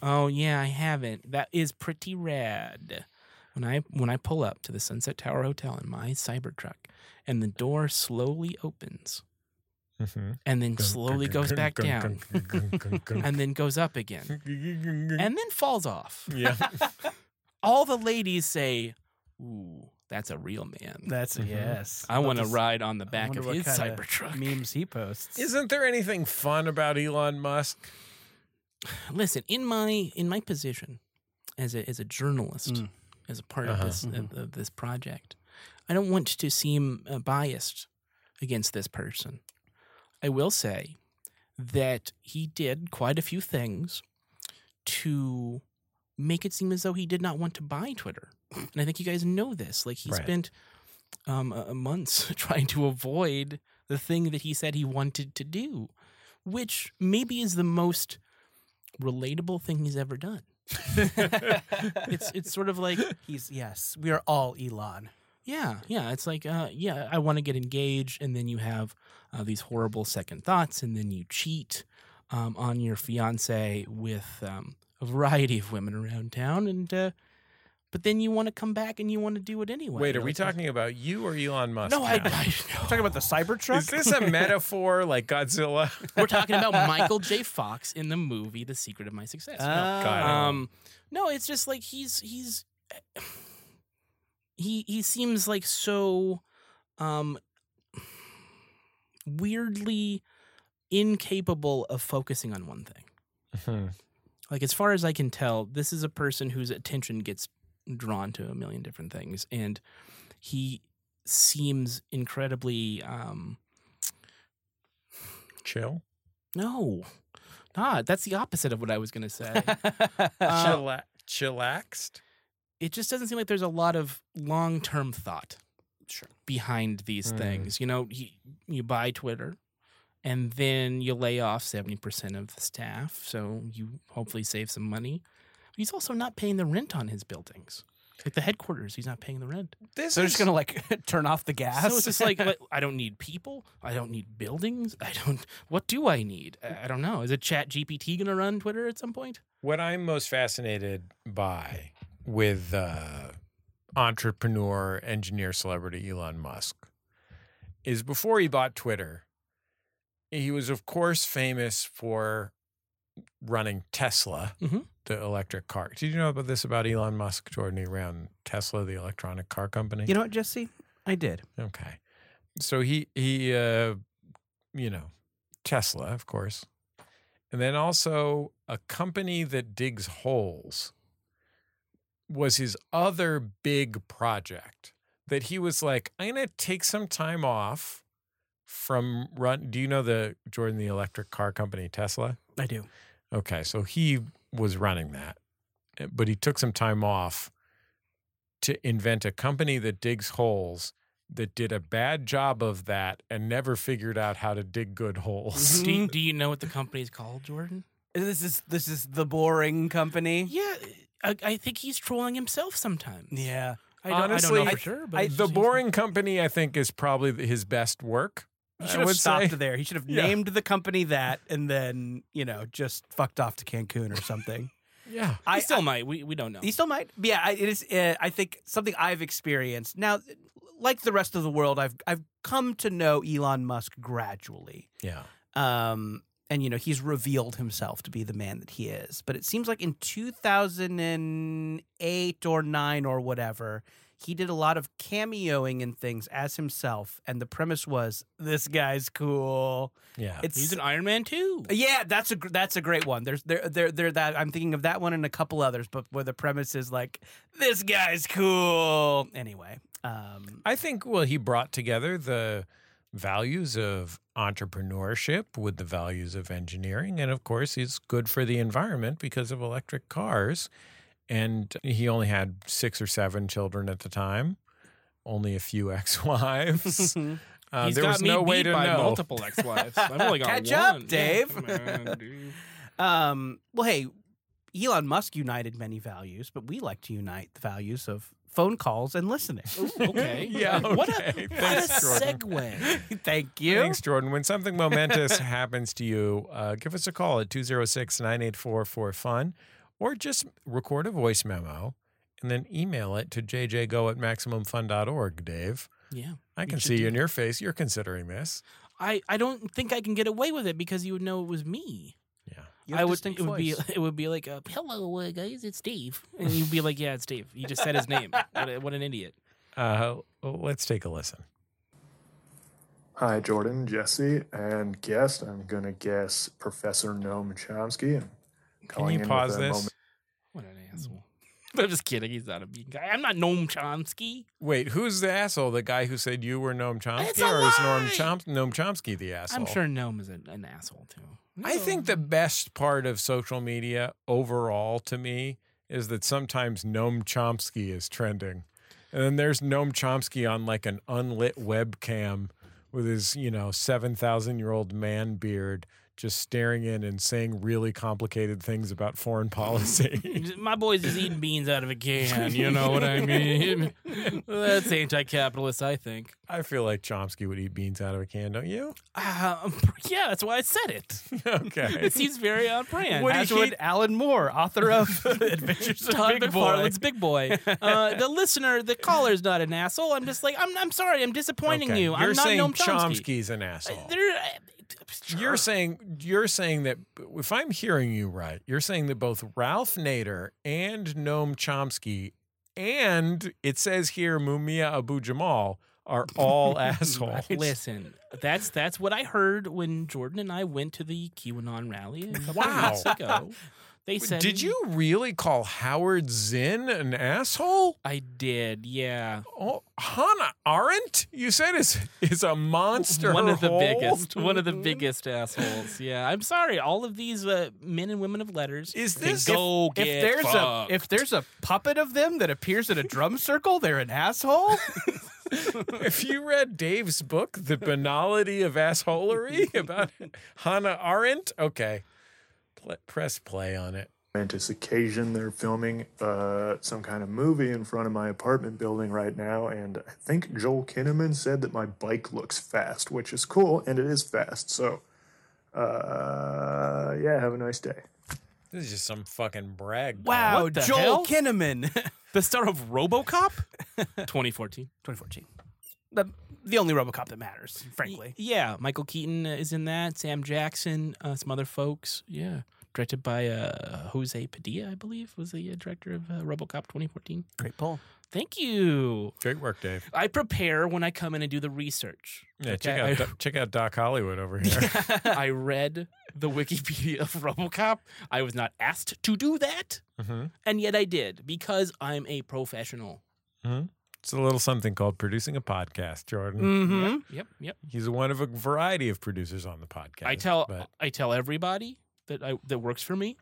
Speaker 4: oh yeah, I haven't. That is pretty rad. When I when I pull up to the Sunset Tower Hotel in my Cybertruck, and the door slowly opens and then slowly goes back down
Speaker 2: <laughs>
Speaker 4: <laughs> and then goes up again and then falls off. <laughs>
Speaker 2: yeah. <laughs>
Speaker 4: All the ladies say, "Ooh, that's a real man."
Speaker 3: That's a
Speaker 2: Mhm.
Speaker 3: yes.
Speaker 4: I want to
Speaker 3: Just-
Speaker 4: ride on the
Speaker 3: Mm-hmm. I
Speaker 4: back
Speaker 3: wonder
Speaker 4: of
Speaker 3: what
Speaker 4: his
Speaker 3: kinda
Speaker 4: Cybertruck.
Speaker 3: Memes he posts.
Speaker 2: Isn't there anything fun about Elon Musk?
Speaker 4: Listen, in my in my position as a as a journalist,
Speaker 3: Mm. Mm-hmm.
Speaker 4: as a part
Speaker 2: Uh-huh.
Speaker 4: of this of- of this project, I don't want to seem uh, biased against this person. I will say that he did quite a few things to make it seem as though he did not want to buy Twitter, and I think you guys know this. Like he
Speaker 2: Right.
Speaker 4: spent um, uh, months <laughs> trying to avoid the thing that he said he wanted to do, which maybe is the most relatable thing he's ever done. <laughs> it's it's sort of like
Speaker 3: He's yes. We are all Elon.
Speaker 4: yeah yeah it's like uh, yeah I want to get engaged and then you have uh, these horrible second thoughts and then you cheat um, on your fiance with um, a variety of women around town and uh, but then you want to come back and you want to do it anyway.
Speaker 2: Wait, are
Speaker 4: You're
Speaker 2: we
Speaker 4: like,
Speaker 2: talking about you or Elon Musk?
Speaker 4: No, I,
Speaker 2: now?
Speaker 4: <laughs>
Speaker 3: <laughs>
Speaker 4: I
Speaker 3: Talking about the Cybertruck.
Speaker 2: Is this
Speaker 3: <laughs>
Speaker 2: a <laughs> metaphor like <laughs> Godzilla?
Speaker 4: We're talking about Michael J. Fox in the movie The Secret of My Success. No.
Speaker 2: Got it.
Speaker 4: um no it's just like he's he's <sighs> he he seems like so um weirdly incapable of focusing on one thing
Speaker 2: Mhm.
Speaker 4: like as far as i can tell this is a person whose attention gets drawn to a million different things and he seems incredibly um
Speaker 2: Chill.
Speaker 4: no not that's the opposite of what i was going to say Uh,
Speaker 2: Chilla- chillaxed.
Speaker 4: it just doesn't seem like there's a lot of long term thought
Speaker 3: Sure.
Speaker 4: behind these
Speaker 2: Mm.
Speaker 4: things. You know, he, you buy Twitter and then you lay off 70% of the staff so you hopefully save some money he's also not paying the rent on his buildings like the headquarters he's not paying the rent
Speaker 2: This
Speaker 3: They're
Speaker 2: is
Speaker 3: just gonna like <laughs> turn off the gas.
Speaker 4: so it's just like,
Speaker 3: <laughs>
Speaker 4: like, i don't need people i don't need buildings i don't what do i need i I don't know is a chat gpt gonna run twitter at some point
Speaker 2: what I'm most fascinated by with uh, entrepreneur, engineer, celebrity Elon Musk is before he bought Twitter, he was, of course, famous for running Tesla,
Speaker 4: Mhm.
Speaker 2: the electric car. Did you know about this about Elon Musk, Jordan, around Tesla, the electronic car company?
Speaker 3: you know what, Jesse? I did.
Speaker 2: Okay. So he he uh you know, Tesla, of course. And then also a company that digs holes was his other big project that he was like, I'm gonna take some time off from run do you know the Jordan the electric car company Tesla?
Speaker 3: I do.
Speaker 2: Okay, so he was running that, uh, but he took some time off to invent a company that digs holes that did a bad job of that and never figured out how to dig good holes.
Speaker 4: do, you, do you know what the company's called jordan
Speaker 3: This is this is the boring company.
Speaker 4: yeah i, I think he's trolling himself sometimes
Speaker 3: Yeah.
Speaker 4: I don't, I
Speaker 2: Honestly,
Speaker 4: don't know
Speaker 2: I-
Speaker 4: for sure but
Speaker 2: I-
Speaker 4: it
Speaker 2: the
Speaker 4: seems-
Speaker 2: boring company, I think, is probably th- his best work.
Speaker 3: He
Speaker 2: I
Speaker 3: should have
Speaker 2: would
Speaker 3: stopped
Speaker 2: say.
Speaker 3: there. He should have
Speaker 2: <laughs> Yeah.
Speaker 3: named the company that and then, you know, just fucked off to Cancun or
Speaker 2: <laughs>
Speaker 3: something.
Speaker 2: Yeah.
Speaker 4: he
Speaker 3: I
Speaker 4: still might we, we don't know
Speaker 3: He still might. But Yeah, I- it is. Uh, I think something I've experienced now, like the rest of the world, I've I've come to know Elon Musk gradually.
Speaker 2: Yeah.
Speaker 3: Um, and you know he's revealed himself to be the man that he is. But it seems like in 2008 or nine or whatever, he did a lot of cameoing in things as himself, and the premise was this guy's cool.
Speaker 2: Yeah.
Speaker 3: It's
Speaker 4: he's an iron man too
Speaker 2: Uh,
Speaker 3: yeah, that's a gr- that's a great one. There's there there there that I'm thinking of that one and a couple others, but where the premise is like this guy's cool. Anyway, um,
Speaker 2: I think well he brought together the values of entrepreneurship with the values of engineering and of course he's good for the environment because of electric cars and he only had 6 or 7 children at the time only a few <laughs>
Speaker 4: <laughs>
Speaker 2: ex-wives uh,
Speaker 4: He's
Speaker 2: there
Speaker 4: got
Speaker 2: was
Speaker 4: me
Speaker 2: no way
Speaker 4: beat
Speaker 2: to
Speaker 4: by
Speaker 2: know <laughs>
Speaker 4: multiple ex-wives. I've only got
Speaker 3: Catch
Speaker 4: one.
Speaker 3: up,
Speaker 4: Yeah,
Speaker 3: Dave.
Speaker 4: come
Speaker 2: <laughs>
Speaker 4: on, dude.
Speaker 3: um, well, hey, Elon Musk united many values, but we like to unite the values of phone calls and listening.
Speaker 4: <laughs> okay.
Speaker 2: <laughs> yeah okay.
Speaker 4: What a, what a
Speaker 2: Thanks, Jordan.
Speaker 4: segue.
Speaker 3: Thank you.
Speaker 2: Thanks, Jordan. When something momentous <laughs> happens to you, uh, give us a call at 206 984 4FUN or just record a voice memo and then email it to jjgo at maximumfun.org, Dave.
Speaker 4: Yeah.
Speaker 2: I
Speaker 4: You
Speaker 2: can
Speaker 4: should
Speaker 2: see
Speaker 4: do
Speaker 2: you in your face. You're considering this.
Speaker 4: I, I don't think I can get away with it because you would know it was me.
Speaker 2: Yeah.
Speaker 9: You have
Speaker 4: I would
Speaker 9: distinct
Speaker 4: it would be
Speaker 3: <laughs>
Speaker 9: voice.
Speaker 4: it would be like uh, hello uh, guys it's Dave and you'd be like yeah it's Dave you just said
Speaker 2: <laughs>
Speaker 4: his name what, a, what an idiot
Speaker 2: Uh, let's take a listen.
Speaker 10: Hi, Jordan, Jesse, and guest. I'm going to guess Professor Noam Chomsky. I'm calling
Speaker 2: you
Speaker 10: in with
Speaker 2: pause
Speaker 10: a
Speaker 2: this?
Speaker 10: moment-
Speaker 4: what an asshole Mm. <laughs> I'm just kidding he's not a mean guy I'm not Noam Chomsky
Speaker 2: Wait, who's the asshole? The guy who said you were Noam Chomsky,
Speaker 4: a
Speaker 2: or is Norm
Speaker 4: lie!
Speaker 2: Chomp- Noam Chomsky the asshole?
Speaker 4: I'm sure Noam is an, an asshole too
Speaker 2: I think the best part of social media overall to me is that sometimes Noam Chomsky is trending. And then there's Noam Chomsky on like an unlit webcam with his, you know, 7,000 year old man beard just staring in and saying really complicated things about foreign <laughs> policy.
Speaker 4: My boy's just eating beans out of a can. You know what
Speaker 2: <laughs>
Speaker 4: I mean? That's anti-capitalist, I think.
Speaker 2: I feel like Chomsky would eat beans out of a can, don't you? <laughs>
Speaker 4: Um, <laughs> yeah, that's why I said it.
Speaker 2: Okay.
Speaker 4: It seems very on brand.
Speaker 2: What do you
Speaker 4: As
Speaker 2: hate-
Speaker 4: would
Speaker 3: Alan Moore, author
Speaker 4: <laughs>
Speaker 3: of <laughs> Adventures of
Speaker 4: Todd
Speaker 3: Big Boy.
Speaker 4: McFarlane's Big
Speaker 2: <laughs>
Speaker 4: Boy. Uh, the listener, the caller's not an asshole. I'm just like, I'm, I'm sorry, I'm disappointing
Speaker 2: Okay.
Speaker 4: you.
Speaker 2: You're
Speaker 4: I'm not
Speaker 2: saying
Speaker 4: Noam Chomsky.
Speaker 2: Chomsky's an asshole.
Speaker 4: There- uh, sure.
Speaker 2: You're saying you're saying that if I'm hearing you right, you're saying that both Ralph Nader and Noam Chomsky and it says here Mumia Abu Jamal
Speaker 4: <laughs>
Speaker 2: are all assholes.
Speaker 4: Listen, that's that's what I heard when Jordan and I went to the QAnon rally a couple
Speaker 2: Wow.
Speaker 4: of weeks ago. They said,
Speaker 2: Did you really call Howard Zinn an asshole?
Speaker 4: I did, yeah.
Speaker 2: Oh, Hannah Arendt, you said is is a monster.
Speaker 4: one of the
Speaker 2: hole?
Speaker 4: biggest one of the biggest assholes yeah i'm sorry all of these uh, men and women of letters
Speaker 2: Is
Speaker 4: can
Speaker 2: this-
Speaker 4: go
Speaker 3: If
Speaker 4: get
Speaker 3: there's a
Speaker 4: fucked. <laughs>
Speaker 3: if there's a puppet of them that appears in a drum circle, they're an asshole.
Speaker 2: if you read Dave's book, The Banality of Assholery about Hannah Arendt, okay, Pl- press play on it.
Speaker 10: On this occasion, they're filming uh, some kind of movie in front of my apartment building right now, and I think Joel Kinnaman said that my bike looks fast, which is cool, and it is fast. So, uh, yeah, have a nice day.
Speaker 2: This is just some fucking brag. Paul.
Speaker 3: Wow,
Speaker 4: What the
Speaker 3: Oh, Joel
Speaker 4: hell?
Speaker 3: Kinnaman, <laughs>
Speaker 4: The star of RoboCop, <laughs> 2014.
Speaker 3: 2014. The the only RoboCop that matters, frankly.
Speaker 4: Yeah, Michael Keaton uh, is in that. Sam Jackson, uh, some other folks. Yeah, directed by uh, Jose Padilla, I believe, was the uh, director of uh, RoboCop 2014.
Speaker 3: Great poll.
Speaker 4: Thank you.
Speaker 2: Great work, Dave.
Speaker 4: I prepare when I come in and do
Speaker 3: <laughs>
Speaker 4: the research.
Speaker 2: Yeah, check
Speaker 4: Okay.
Speaker 2: out Do- check out Doc Hollywood over here.
Speaker 4: I read the Wikipedia of RoboCop. I was not asked to do that,
Speaker 3: Mm-hmm.
Speaker 2: hmm
Speaker 4: and yet I did because I'm a professional.
Speaker 2: It's a little something called producing a podcast, Jordan.
Speaker 4: Mm.
Speaker 3: Mm-hmm.
Speaker 4: Yep, yep.
Speaker 2: He's one of a variety of producers on the podcast.
Speaker 4: I tell
Speaker 2: but
Speaker 4: I tell everybody that I that works for me,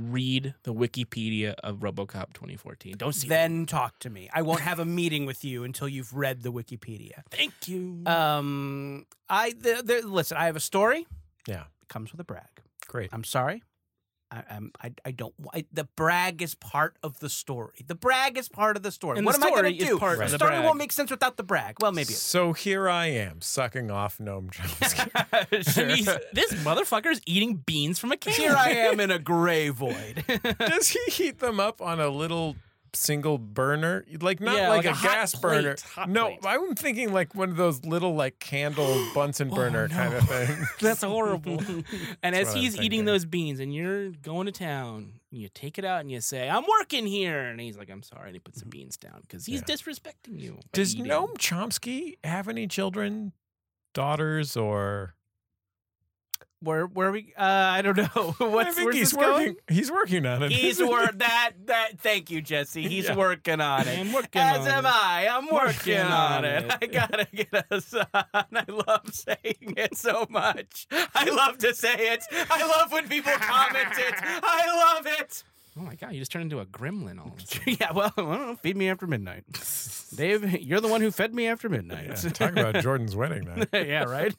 Speaker 4: read the Wikipedia of RoboCop 2014. Don't see that.
Speaker 3: Then talk to me. I won't have a meeting with you until you've read the Wikipedia.
Speaker 4: Thank
Speaker 3: <laughs>
Speaker 4: you.
Speaker 3: Um, I the, the, listen. I have a story.
Speaker 2: Yeah.
Speaker 3: it comes with a brag.
Speaker 2: great.
Speaker 3: I'm sorry. I, I'm, I, I don't. I, the brag is part of the story. The brag is part of the story.
Speaker 4: And
Speaker 3: what
Speaker 4: the
Speaker 3: am I
Speaker 4: story
Speaker 3: going to
Speaker 4: is
Speaker 3: do?
Speaker 4: part of
Speaker 3: the
Speaker 4: the
Speaker 3: story
Speaker 4: brag.
Speaker 3: won't make sense without the brag. Well, maybe. It,
Speaker 2: So here I am sucking off Noam Chomsky.
Speaker 4: <laughs> And he's- this motherfucker's eating beans from a can.
Speaker 3: here I am in a gray void.
Speaker 2: Does he heat them up on a little single burner? Like not
Speaker 4: Yeah,
Speaker 2: like,
Speaker 4: like
Speaker 2: a,
Speaker 4: a hot
Speaker 2: gas
Speaker 4: plate,
Speaker 2: burner.
Speaker 4: hot
Speaker 2: no,
Speaker 4: plate.
Speaker 2: I'm thinking like one of those little like candle Bunsen burner kind of thing.
Speaker 4: <laughs> That's
Speaker 3: <laughs>
Speaker 4: horrible. and as
Speaker 2: what I'm
Speaker 4: he's
Speaker 2: thinking.
Speaker 4: eating those beans and you're going to town, you take it out and you say, I'm working here. And he's like, I'm sorry. And he puts the
Speaker 3: Mm-hmm.
Speaker 4: beans down because he's disrespecting you. by
Speaker 2: Does
Speaker 4: eating.
Speaker 2: Noam Chomsky have any children, daughters, or?
Speaker 3: where where we? Uh, I don't know. <laughs> What's
Speaker 2: I think
Speaker 3: where's
Speaker 2: he's
Speaker 3: this
Speaker 2: working.
Speaker 3: going?
Speaker 2: He's working on it. <laughs>
Speaker 3: <laughs> He's work that that. Thank you, Jesse. He's
Speaker 2: Yeah.
Speaker 3: <laughs> working on it.
Speaker 4: I'm working
Speaker 3: As
Speaker 4: on
Speaker 3: am
Speaker 4: it.
Speaker 3: I. <laughs> I'm working,
Speaker 4: Working
Speaker 3: on
Speaker 4: on
Speaker 3: it.
Speaker 4: it.
Speaker 3: <laughs> I gotta get us on. I love saying it
Speaker 4: <laughs>
Speaker 3: so much. I love to say it. I love when people comment it. I love it.
Speaker 4: <laughs> Oh my God. You just turned into a gremlin all of a sudden.
Speaker 3: <laughs> Yeah, well, I don't know, feed me after midnight. Dave, you're the one who fed me after midnight.
Speaker 2: Talk about Jordan's wedding night.
Speaker 3: <laughs> yeah, right?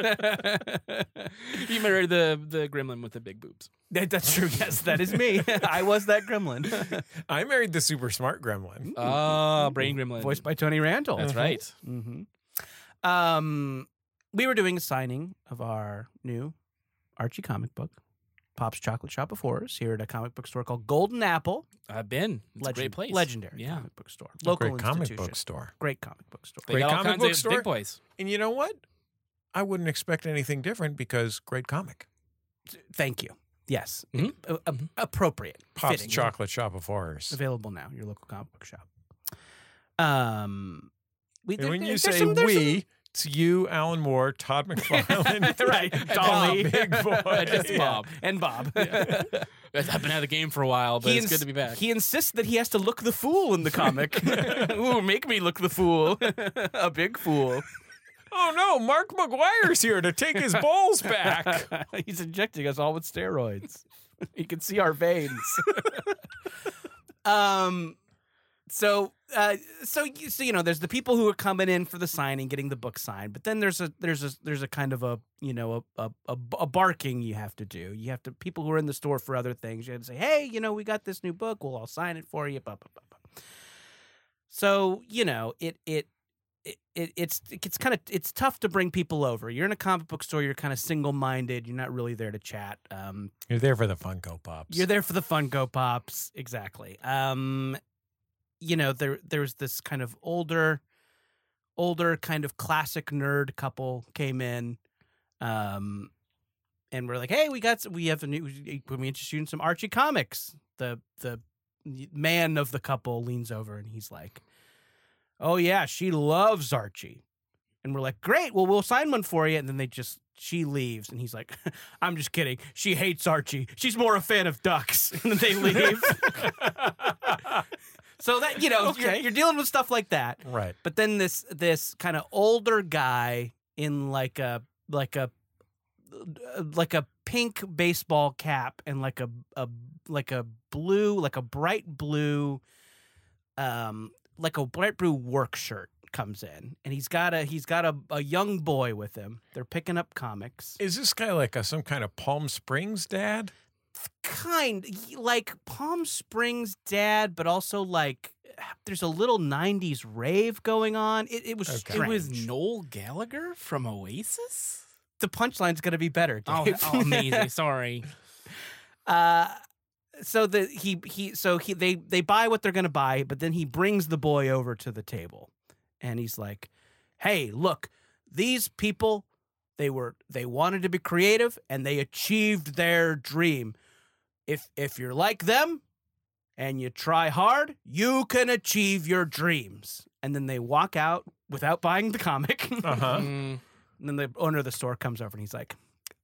Speaker 3: <laughs>
Speaker 4: <laughs> you married the, the gremlin with the big boobs.
Speaker 3: That- That's true. Yes, that is me. <laughs> I was that gremlin.
Speaker 2: I married the super smart gremlin.
Speaker 4: Oh, brain gremlin.
Speaker 3: Voiced by Tony Randall.
Speaker 4: That's right.
Speaker 3: Mm-hmm. Um, we were doing a signing of our new Archie comic book, Pop's Chocolate Shop of Horrors, here at a comic book store called Golden Apple.
Speaker 4: I've been. It's a
Speaker 3: Legend-
Speaker 4: great place.
Speaker 3: Legendary
Speaker 4: Yeah.
Speaker 3: comic book store. Local
Speaker 2: Great comic
Speaker 3: institution.
Speaker 2: book store.
Speaker 3: Great comic book store.
Speaker 4: They
Speaker 2: Great
Speaker 4: got all
Speaker 2: comic
Speaker 4: kinds
Speaker 2: book
Speaker 4: of
Speaker 2: store?
Speaker 4: big boys.
Speaker 2: And you know what? I wouldn't expect anything different because great comic.
Speaker 3: Thank you. Yes.
Speaker 4: Mhm.
Speaker 3: A- a- appropriate.
Speaker 2: Pop's
Speaker 3: fitting.
Speaker 2: Chocolate Shop of Horrors.
Speaker 3: Available now, your local comic book shop. Um, we,
Speaker 2: And
Speaker 3: there-
Speaker 2: when you
Speaker 3: there's
Speaker 2: say
Speaker 3: some- there's some-
Speaker 2: we,
Speaker 3: <laughs>
Speaker 2: it's you, Alan Moore, Todd McFarlane,
Speaker 3: Right.
Speaker 2: and
Speaker 3: Dolly.
Speaker 2: Bob, big boy.
Speaker 4: Just Bob.
Speaker 3: and Bob. <laughs>
Speaker 4: I've been out of the game for a while, but it's
Speaker 3: ins-
Speaker 4: good to be back. <laughs>
Speaker 3: He insists that he has to look the fool in the comic. <laughs> Ooh, make me look the fool. a big fool.
Speaker 2: <laughs> Oh no, Mark McGuire's here to take his balls back.
Speaker 3: <laughs> He's injecting us all with steroids. <laughs> you can see our veins. <laughs> um so uh so you so you know there's the people who are coming in for the signing getting the book signed but then there's a there's a there's a kind of a you know a a, a, a barking you have to do you have to people who are in the store for other things you have to say hey you know we got this new book we'll all sign it for you blah, blah, blah, blah. so you know it it it, it it's it's kind of it's tough to bring people over. You're in a comic book store. You're kind of single minded. You're not really there to chat. Um,
Speaker 2: You're there for the Funko Pops.
Speaker 3: you're there for the fun go pops, exactly. Um, you know there there's this kind of older, older kind of classic nerd couple came in, um, and we're like, hey, we got s- we have a new when we interest you in some Archie comics. The the man of the couple leans over and he's like, oh yeah, she loves Archie, and we're like, great, well we'll sign one for you, and then they just she leaves and he's like <laughs> i'm just kidding she hates archie she's more a fan of ducks <laughs> and then they leave so that you know you're, you're dealing with stuff like that
Speaker 2: right.
Speaker 3: but then this this kind of older guy in like a like a uh, like a pink baseball cap and like a a like a blue like a bright blue um like a bright blue work shirt Kurt comes in, and he's got a he's got a, a young boy with him. They're picking up comics.
Speaker 2: Is this guy like a, some kind of Palm Springs dad?
Speaker 3: kind like Palm Springs dad, but also like there's a little '90s rave going on. It, it was
Speaker 2: Okay.
Speaker 4: It was
Speaker 3: strange.
Speaker 4: Noel Gallagher from Oasis.
Speaker 3: the punchline's gonna be better.
Speaker 4: Oh,
Speaker 3: Dave.
Speaker 4: oh, <laughs> amazing! Sorry.
Speaker 3: uh, so the he he so he they they buy what they're gonna buy, but then he brings the boy over to the table, and he's like, "Hey, look, these people." They were they wanted to be creative and they achieved their dream. If if you're like them, and you try hard, you can achieve your dreams. And then they walk out without buying the comic. <laughs>
Speaker 2: Uh-huh.
Speaker 4: Mm.
Speaker 3: and then the owner of the store comes over and he's like,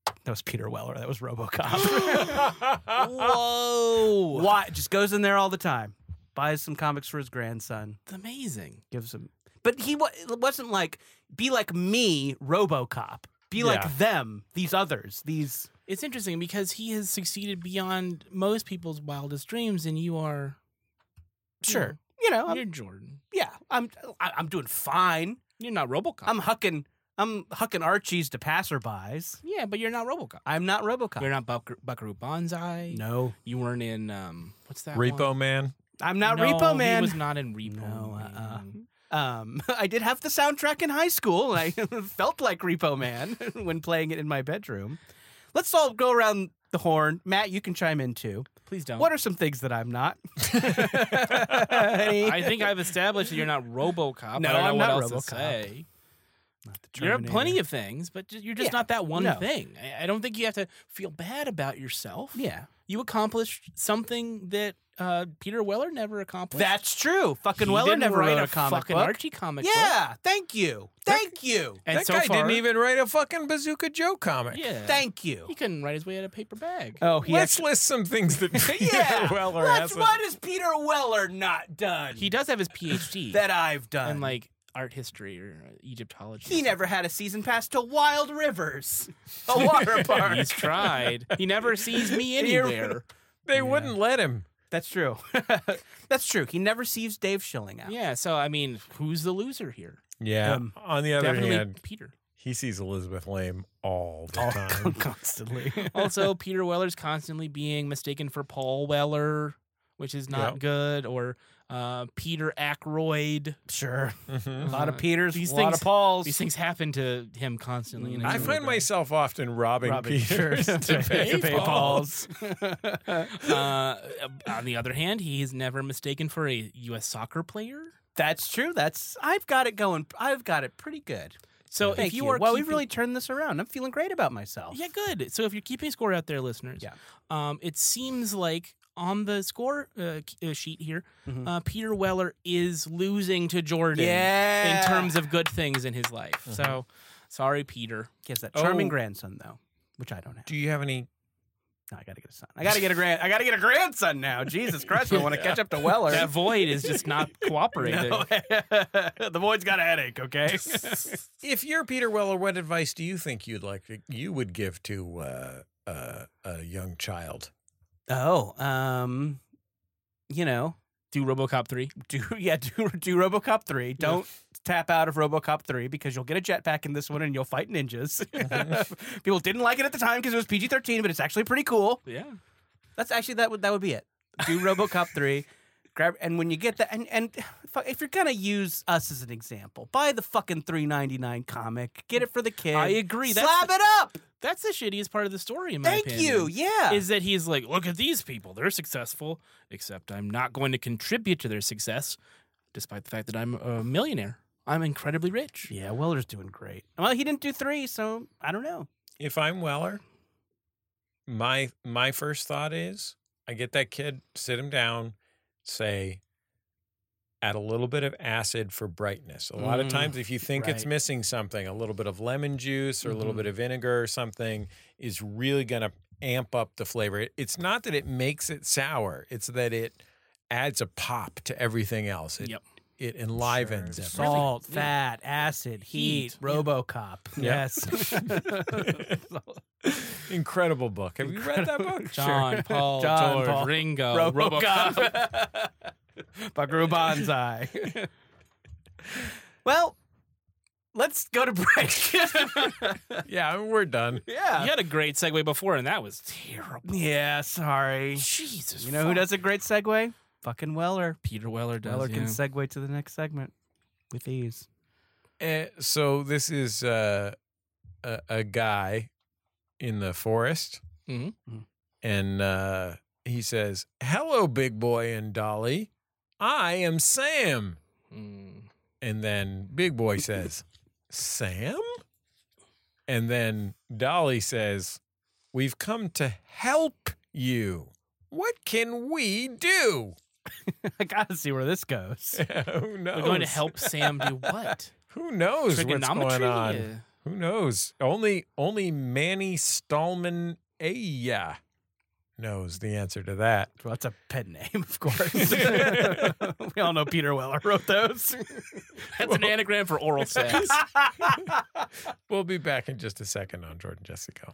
Speaker 3: that was Peter Weller. That was RoboCop. <laughs>
Speaker 4: Whoa!
Speaker 3: Why? Just goes in there all the time, buys some comics for his grandson,
Speaker 4: Amazing.
Speaker 3: gives him. But he wa- it wasn't like, be like me, RoboCop. Be
Speaker 2: Yeah.
Speaker 3: like them, these others, these.
Speaker 4: It's interesting because he has succeeded beyond most people's wildest dreams, and you are
Speaker 3: Sure. You know, I'm,
Speaker 4: You're Jordan.
Speaker 3: yeah, I'm, I- I'm doing fine.
Speaker 4: You're not RoboCop.
Speaker 3: I'm hucking, I'm hucking Archie's to passerbys.
Speaker 4: yeah, but you're not RoboCop.
Speaker 3: I'm not RoboCop.
Speaker 4: You're not Buck- Buckaroo Banzai.
Speaker 3: No,
Speaker 4: You weren't in um. What's that?
Speaker 2: Repo
Speaker 4: one?
Speaker 2: Man.
Speaker 3: I'm not
Speaker 4: No,
Speaker 3: Repo
Speaker 4: He
Speaker 3: Man.
Speaker 4: was not in Repo
Speaker 3: No,
Speaker 4: Man.
Speaker 3: uh-uh. um, <laughs> I did have the soundtrack in high school, and I <laughs> felt like Repo Man <laughs> when playing it in my bedroom. Let's all go around the horn. Matt, you can chime in too.
Speaker 4: Please don't.
Speaker 3: What are some things that I'm
Speaker 4: <laughs>
Speaker 3: not?
Speaker 4: I think I've established that you're not RoboCop.
Speaker 3: No,
Speaker 4: I don't know
Speaker 3: I'm
Speaker 4: what
Speaker 3: not
Speaker 4: else to
Speaker 3: RoboCop.
Speaker 4: say. You're plenty of things, but ju- you're just
Speaker 3: Yeah,
Speaker 4: not that one
Speaker 3: no.
Speaker 4: thing. I, I don't think you have to feel bad about yourself.
Speaker 3: yeah.
Speaker 4: you accomplished something that uh, Peter Weller never accomplished.
Speaker 3: That's true. Fucking
Speaker 4: He
Speaker 3: Weller
Speaker 4: didn't
Speaker 3: never wrote
Speaker 4: write
Speaker 3: a comic
Speaker 4: fucking
Speaker 3: book.
Speaker 4: Archie comic book.
Speaker 3: yeah. Thank you. Thank you.
Speaker 4: and
Speaker 2: that
Speaker 4: so
Speaker 2: guy
Speaker 4: far,
Speaker 2: didn't even write a fucking Bazooka Joe comic.
Speaker 4: Yeah,
Speaker 3: Thank you. <laughs>
Speaker 4: he couldn't write his way out of a paper bag.
Speaker 3: Oh, he
Speaker 2: Let's
Speaker 3: actually-
Speaker 2: list some things that Peter
Speaker 3: <laughs>
Speaker 4: <laughs>
Speaker 3: yeah.
Speaker 2: Weller
Speaker 3: Let's,
Speaker 2: has.
Speaker 3: what has Peter Weller not done
Speaker 4: he does have his PhD
Speaker 3: that I've done?
Speaker 4: in like art history or uh, Egyptology. or
Speaker 3: He never had a season pass to Wild
Speaker 4: <laughs>
Speaker 3: Rivers, a <laughs> water
Speaker 4: something.
Speaker 3: park.
Speaker 4: He's tried. He never sees me
Speaker 3: Here-
Speaker 4: anywhere.
Speaker 2: They wouldn't let him.
Speaker 3: That's true. <laughs> That's true. He never sees Dave Schilling out.
Speaker 4: Yeah, so I mean, who's the loser here?
Speaker 2: Yeah.
Speaker 3: Um,
Speaker 2: On the other
Speaker 4: Definitely
Speaker 2: hand,
Speaker 4: Peter.
Speaker 2: he sees Elizabeth Lame all the time.
Speaker 3: <laughs> Constantly.
Speaker 4: Also, <laughs> Peter Weller's constantly being mistaken for Paul Weller, which is not
Speaker 2: Yep.
Speaker 4: good, or uh, Peter Ackroyd.
Speaker 3: sure.
Speaker 2: Mhm.
Speaker 3: A lot of
Speaker 4: Uh,
Speaker 3: Peters,
Speaker 4: these
Speaker 3: a lot
Speaker 4: things-
Speaker 3: of Pauls.
Speaker 4: These things happen to him constantly. and
Speaker 2: Mm. I
Speaker 4: it's
Speaker 2: find
Speaker 4: really
Speaker 2: myself often robbing,
Speaker 3: Robin
Speaker 2: Peters <laughs>
Speaker 3: Sure.
Speaker 2: to pay,
Speaker 4: pay
Speaker 2: Paul.
Speaker 4: Pauls. bad. Uh, on the other hand, he is never mistaken for a U.S. soccer player.
Speaker 3: That's true. That's I've got it going. I've got it pretty good.
Speaker 4: So
Speaker 3: Thank
Speaker 4: if you,
Speaker 3: you.
Speaker 4: are
Speaker 3: well, we've
Speaker 4: keeping-
Speaker 3: really turned this around. I'm feeling great about myself.
Speaker 4: yeah good. So if you're keeping score out there, listeners,
Speaker 3: Oh. Yeah.
Speaker 4: um, it seems like on the score uh, k- uh, sheet here,
Speaker 3: Mhm.
Speaker 4: uh, Peter Weller is losing to Jordan.
Speaker 3: Yeah. Mm-hmm.
Speaker 4: in terms of good things in his life. So sorry, Peter.
Speaker 3: he has that
Speaker 2: Oh.
Speaker 3: charming grandson though, which I don't have.
Speaker 2: Do you have any?
Speaker 3: No, I gotta get a son. I gotta
Speaker 4: <laughs>
Speaker 3: get a grand. I gotta get a grandson now. Jesus Christ! I want to catch up to Weller.
Speaker 4: That void is
Speaker 3: <laughs>
Speaker 4: just not cooperating.
Speaker 3: the boy's got a headache,
Speaker 4: <laughs>
Speaker 3: okay? <laughs>
Speaker 2: If you're Peter Weller, what advice do you think you'd like to, you would give to uh, uh, a young child?
Speaker 3: oh, um, you know,
Speaker 4: Do RoboCop three.
Speaker 3: <laughs> do yeah, do do RoboCop three. Don't tap out of RoboCop three because you'll get a jetpack in this one and you'll fight
Speaker 4: <laughs>
Speaker 3: ninjas. <laughs> People didn't like it at the time because it was PG thirteen, but it's actually pretty cool.
Speaker 4: Yeah.
Speaker 3: That's actually that would that would be it. Do RoboCop three. Grab and when you get that and and fu- if you're gonna use us as an example, buy the fucking three ninety nine comic. Get it for the kid.
Speaker 4: I agree. That's
Speaker 3: Slap
Speaker 4: the-
Speaker 3: it up.
Speaker 4: That's the shittiest part of the story, in my
Speaker 3: Thank you.
Speaker 4: opinion,
Speaker 3: Yeah.
Speaker 4: Is that he's like, look at these people. They're successful, except I'm not going to contribute to their success, despite the fact that I'm a millionaire. I'm incredibly rich.
Speaker 3: Yeah, Weller's doing great. Well, he didn't do three, so I don't know.
Speaker 2: If I'm Weller, my my first thought is I get that kid, sit him down, say, add a little bit of acid for brightness. A lot of
Speaker 4: Mm,
Speaker 2: times, if you think it's
Speaker 3: right.
Speaker 2: missing something, a little bit of lemon juice or a little bit
Speaker 4: Mm-hmm.
Speaker 2: of vinegar or something is really going to amp up the flavor. It- It's not that it makes it sour; it's that it adds a pop to everything else. It,
Speaker 4: Yep.
Speaker 2: It enlivens everything.
Speaker 3: Salt, fat, acid, heat,
Speaker 4: Heat, yeah.
Speaker 3: RoboCop. Yes. <laughs>
Speaker 2: Incredible book. Have you read that book?
Speaker 4: John,
Speaker 3: <laughs>
Speaker 4: Paul,
Speaker 3: John,
Speaker 4: George,
Speaker 3: Paul.
Speaker 4: Ringo, Oh, RoboCop.
Speaker 3: <laughs> RoboCop. Buckaroo Banzai. Well, let's go to break.
Speaker 2: Yeah, we're done.
Speaker 3: <laughs>
Speaker 4: You
Speaker 3: yeah.
Speaker 4: had a great segue before, and that was terrible.
Speaker 3: Yeah, sorry.
Speaker 4: Jesus,
Speaker 3: You know who
Speaker 4: fuck.
Speaker 3: does a great segue? Fucking Weller.
Speaker 4: Peter Weller does.
Speaker 3: Weller
Speaker 4: yeah.
Speaker 3: can segue to the next segment with ease. <laughs>
Speaker 2: Eh, so this is uh, a, a guy in the forest,
Speaker 4: Mhm.
Speaker 3: Mhm.
Speaker 2: and uh, he says, "Hello, big boy and Dolly. I am Sam."
Speaker 4: Mm.
Speaker 2: And then Big Boy says, Sam? And then Dolly says, We've come to help you. What can we do? <laughs>
Speaker 3: I gotta see where this <laughs> goes.
Speaker 2: Who knows?
Speaker 4: We're going to help Sam
Speaker 3: <laughs>
Speaker 4: do what?
Speaker 2: Who knows what's
Speaker 4: Trigonometry.
Speaker 2: going on?
Speaker 4: Yeah.
Speaker 2: Who knows? Only only Manny Stallman Aya knows the answer to that.
Speaker 3: Well, that's a pet name, of <laughs> course. we all know Peter Weller wrote those.
Speaker 4: That's an anagram
Speaker 3: <laughs>
Speaker 4: for oral sex.
Speaker 2: We'll be back in just a second on Jordan Jessica.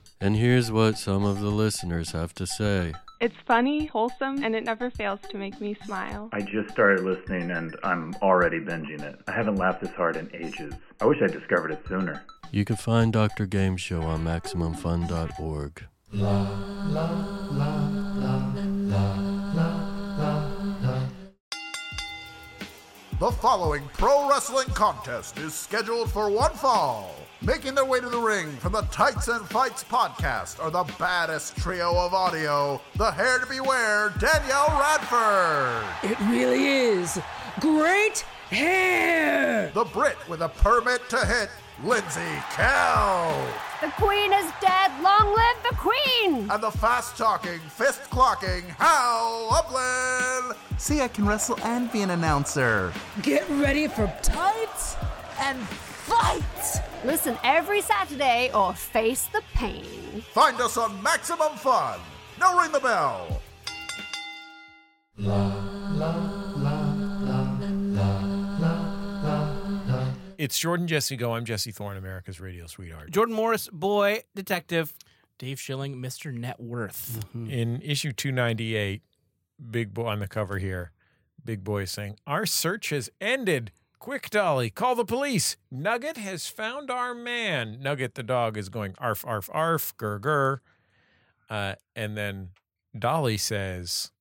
Speaker 11: And here's what some of the listeners have to say.
Speaker 12: It's funny, wholesome, and it never fails to make me smile.
Speaker 13: I just started listening and I'm already binging it. I haven't laughed this hard in ages. I wish I discovered it sooner.
Speaker 11: You can find Dr. Game Show on MaximumFun.org.
Speaker 13: The following pro wrestling contest is scheduled for one fall. Making their way to the ring from the Tights and Fights podcast are the baddest trio of audio, the hair to beware, Danielle Radford,
Speaker 1: It really is great hair.
Speaker 13: the Brit with a permit to hit, Lindsay Kell,
Speaker 6: The Queen is dead. Long live the Queen!
Speaker 13: and the fast talking, fist clocking Hal Upland. See, I can wrestle and be an announcer.
Speaker 1: Get ready for tights and fights.
Speaker 6: Listen every Saturday or face the pain.
Speaker 13: Find us on Maximum Fun. Now ring the bell.
Speaker 2: It's Jordan Jesse Go. I'm Jesse Thorne, America's radio sweetheart.
Speaker 3: Jordan Morris, boy detective. Mm-hmm.
Speaker 4: Dave Schilling, Mr. Net Worth.
Speaker 2: in issue 298 big boy on the cover here big boy is saying our search has ended quick dolly call the police nugget has found our man nugget the dog is going arf arf arf gur gur uh, and then dolly says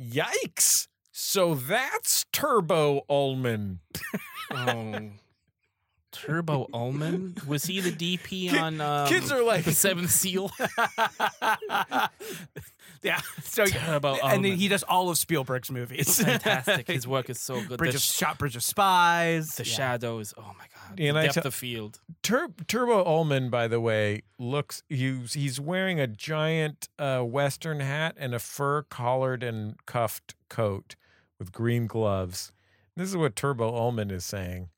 Speaker 2: yikes so that's turbo ullman
Speaker 4: <laughs> Oh. Turbo Ullman? Was he the DP on um,
Speaker 2: kids are like
Speaker 4: The Seventh Seal?
Speaker 3: <laughs> yeah. So
Speaker 4: Turbo
Speaker 3: and then
Speaker 4: Ullman.
Speaker 3: he does all of Spielberg's movies.
Speaker 4: Fantastic. His work is so good.
Speaker 3: Bridge
Speaker 4: the
Speaker 3: of Shot, Bridge of Spies.
Speaker 4: the
Speaker 3: Yeah.
Speaker 4: shadows. Oh my god.
Speaker 2: And
Speaker 4: the
Speaker 2: I
Speaker 4: depth
Speaker 2: tell-
Speaker 4: of field.
Speaker 3: <laughs>
Speaker 2: Tur- Turbo Ullman, by the way, looks he's he's wearing a giant uh, western hat and a fur collared and cuffed coat with green gloves. This is what Turbo Ullman is saying.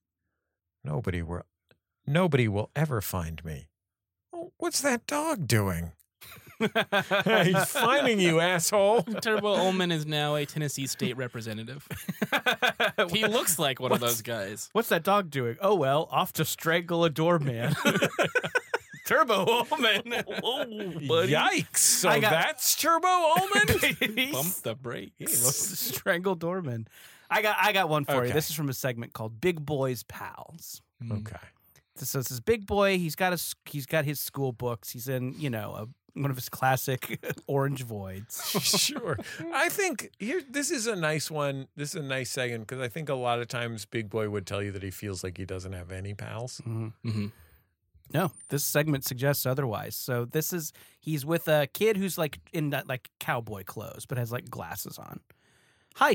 Speaker 2: Nobody will, nobody will ever find me. Oh, What's that dog doing? <laughs> he's finding you, asshole.
Speaker 4: Turbo Ullman is now a Tennessee
Speaker 3: <laughs>
Speaker 4: state representative. <laughs> he looks like one of
Speaker 3: What's-
Speaker 4: those guys.
Speaker 3: What's that dog doing? Oh well, off to strangle a
Speaker 4: <laughs>
Speaker 3: doorman. <laughs> Turbo Woman.
Speaker 4: Oh,
Speaker 2: Yikes! So
Speaker 3: I got-
Speaker 2: that's Turbo
Speaker 3: <laughs>
Speaker 2: Ullman.
Speaker 4: Bump the brakes.
Speaker 3: strangle doorman. I got I got one for
Speaker 2: Okay.
Speaker 3: you. This is from a segment called Big Boys Pals.
Speaker 2: okay.
Speaker 3: so this is big boy he's got his he's got his school books he's in you know a, one of his classic <laughs> orange voids
Speaker 2: <laughs> sure. I think here this is a nice one. This is a nice second because I think a lot of times Big Boy would tell you that he feels like he doesn't have any pals.
Speaker 3: Mm,
Speaker 4: Mhm.
Speaker 3: no this segment suggests otherwise so this is he's with a kid who's like in that like cowboy clothes but has like glasses on Hi,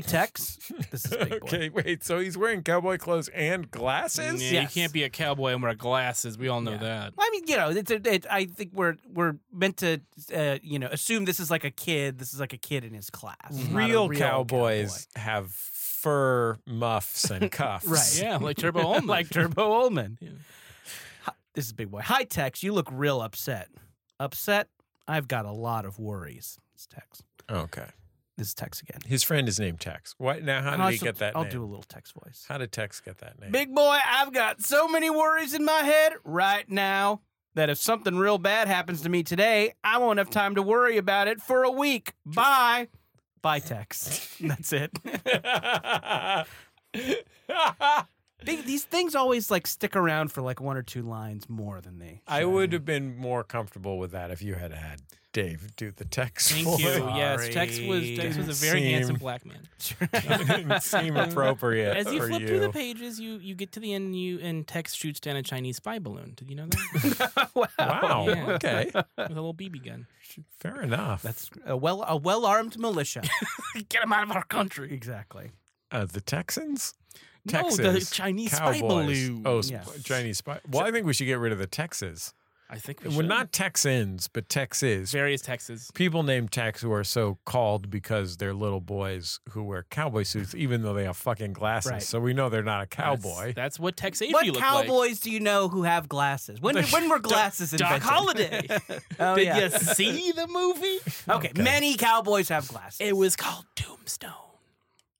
Speaker 2: <laughs>
Speaker 3: Tex. This is Big Boy.
Speaker 2: Okay, wait. So he's wearing cowboy clothes and glasses?
Speaker 4: Yeah, You can't be a cowboy and wear glasses. We all know that.
Speaker 3: Well, I mean, you know, it's a, it, I think we're we're meant to, uh, you know, assume this is like a kid. This is like a kid in his class. not a
Speaker 2: Real, cowboys have fur muffs and cuffs.
Speaker 3: <laughs> Right.
Speaker 4: Yeah, like Turbo Ullman.
Speaker 2: <laughs>
Speaker 3: like Turbo Ullman.
Speaker 4: Yeah.
Speaker 3: Hi- This is Big Boy. Hi, Tex. You look real upset. Upset? I've got a lot of worries. It's Tex.
Speaker 2: Okay.
Speaker 3: This is Tex again.
Speaker 2: His friend is named Tex. What now how did
Speaker 3: I'll
Speaker 2: he
Speaker 3: also-
Speaker 2: get that
Speaker 3: I'll
Speaker 2: name?
Speaker 3: do a little Tex voice.
Speaker 2: How did Tex get that name?
Speaker 3: Big boy, I've got so many worries in my head right now that if something real bad happens to me today, I won't have time to worry about it for a week. Bye. Bye, <laughs> Tex. That's it. Big, these things always like stick around for like one or two lines more than they.
Speaker 2: <laughs> I
Speaker 3: should.
Speaker 2: would have been more comfortable with that if you had had Dave do the Tex.
Speaker 4: Thank you.
Speaker 2: voice.
Speaker 4: Yes, Tex was Tex was a very
Speaker 2: Seem-
Speaker 4: handsome black man.
Speaker 2: Didn't seem
Speaker 4: <laughs>
Speaker 2: appropriate
Speaker 4: As you
Speaker 2: for
Speaker 4: flip
Speaker 2: you.
Speaker 4: through the pages, you you get to the end, and you and Tex shoots down a Chinese spy balloon. Did you know that?
Speaker 2: wow.
Speaker 4: Yeah.
Speaker 2: Okay.
Speaker 4: With a little BB gun.
Speaker 2: Fair enough.
Speaker 3: That's a well a well armed <laughs> militia.
Speaker 4: Get him out of our country.
Speaker 3: exactly.
Speaker 2: uh, the Texans.
Speaker 4: No, the
Speaker 2: Texas
Speaker 4: Chinese spy
Speaker 2: Cowboys.
Speaker 4: balloon.
Speaker 2: Oh, sp-
Speaker 3: Yeah.
Speaker 2: Chinese spy. Well, I think we should get rid of the Texas.
Speaker 4: I think we
Speaker 2: Well,
Speaker 4: should.
Speaker 2: not Texans, but Texas.
Speaker 4: various Texas.
Speaker 2: People named Tex who are so called because they're little boys who wear cowboy suits, even though they have fucking glasses.
Speaker 3: Right.
Speaker 2: So we know they're not a
Speaker 4: That's-
Speaker 2: cowboy.
Speaker 4: That's, what Tex Avery
Speaker 3: what
Speaker 4: looked like.
Speaker 3: cowboys do you know who have glasses? <laughs> When when were glasses
Speaker 4: Doc
Speaker 3: invented?
Speaker 4: Holliday.
Speaker 3: <laughs> Oh,
Speaker 4: Did
Speaker 3: yeah.
Speaker 4: you see the movie?
Speaker 3: Okay, many cowboys have glasses.
Speaker 4: It was called Tombstone.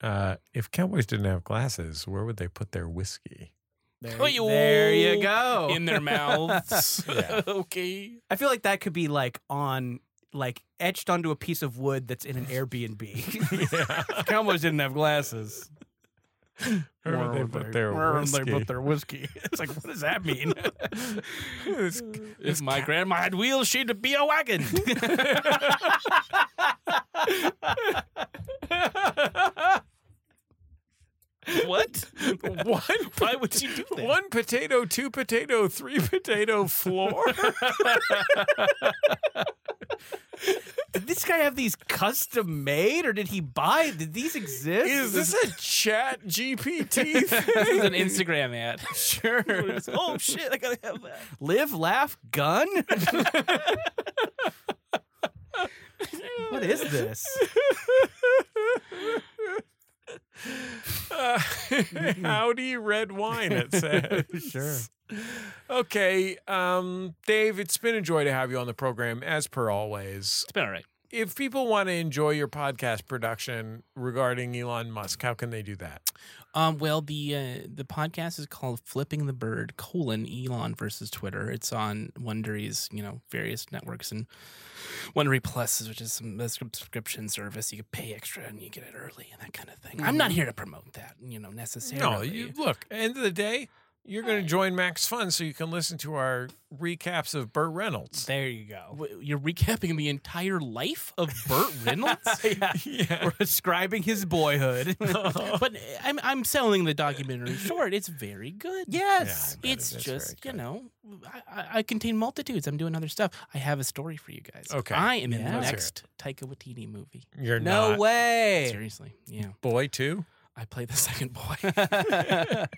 Speaker 2: Uh, if cowboys didn't have glasses, where would they put their whiskey?
Speaker 3: There,
Speaker 4: Oh,
Speaker 3: there you go.
Speaker 4: In their <laughs> mouths. okay.
Speaker 3: I feel like that could be like on like etched onto a piece of wood that's in an Airbnb. <laughs> Cowboys didn't have glasses.
Speaker 2: Where, would they put their whiskey?
Speaker 3: their whiskey? <laughs> It's like, what does that mean?
Speaker 2: It's-
Speaker 4: If my grandma had wheels, she'd <laughs> be a wagon. what?
Speaker 2: one,
Speaker 3: <laughs>
Speaker 4: Why would you do that?
Speaker 2: one potato, two potato, three potato floor.
Speaker 3: did this guy have these custom made, or did he buy? Did these exist?
Speaker 2: Is this a chat <laughs> GPT
Speaker 4: This
Speaker 2: thing?
Speaker 4: is an Instagram ad. <laughs> Sure.
Speaker 3: <laughs>
Speaker 4: oh shit! I gotta have that.
Speaker 3: live, laugh, gun? what is this?
Speaker 2: Uh, howdy, red wine, it says. sure. Okay, um, Dave, it's been a joy to have you on the program, as per always.
Speaker 4: It's been all right.
Speaker 2: If people want to enjoy your podcast production regarding Elon Musk, how can they do that?
Speaker 4: Um, well, the uh, the podcast is called "Flipping the Bird: colon Elon versus Twitter." It's on Wondery's, you know, various networks and Wondery Plus, which is some a subscription service. You can pay extra and you get it early and that kind of thing. I'm not here to promote that, you know, necessarily.
Speaker 2: Mm-hmm. No, you, look, end of the day, you're going to join Max Fun so you can listen to our recaps of Burt Reynolds.
Speaker 3: There you go.
Speaker 4: W- You're recapping the entire life of
Speaker 2: <laughs>
Speaker 4: Burt Reynolds,
Speaker 3: We're describing his boyhood.
Speaker 4: <laughs> but eh, I'm I'm selling the documentary short. It's very good.
Speaker 3: yes.
Speaker 2: Yeah, I bet
Speaker 4: it's
Speaker 2: it is very
Speaker 4: just
Speaker 2: good.
Speaker 4: you know I, I, I contain multitudes i'm doing other stuff i have a story for you guys
Speaker 2: Okay.
Speaker 4: i am in
Speaker 2: Yeah.
Speaker 4: the
Speaker 2: Let's hear
Speaker 4: next taika waititi movie
Speaker 2: <laughs> You're
Speaker 3: No
Speaker 2: not
Speaker 3: way.
Speaker 4: seriously yeah
Speaker 2: boy too.
Speaker 4: i play the <laughs> second boy <laughs>
Speaker 3: <laughs>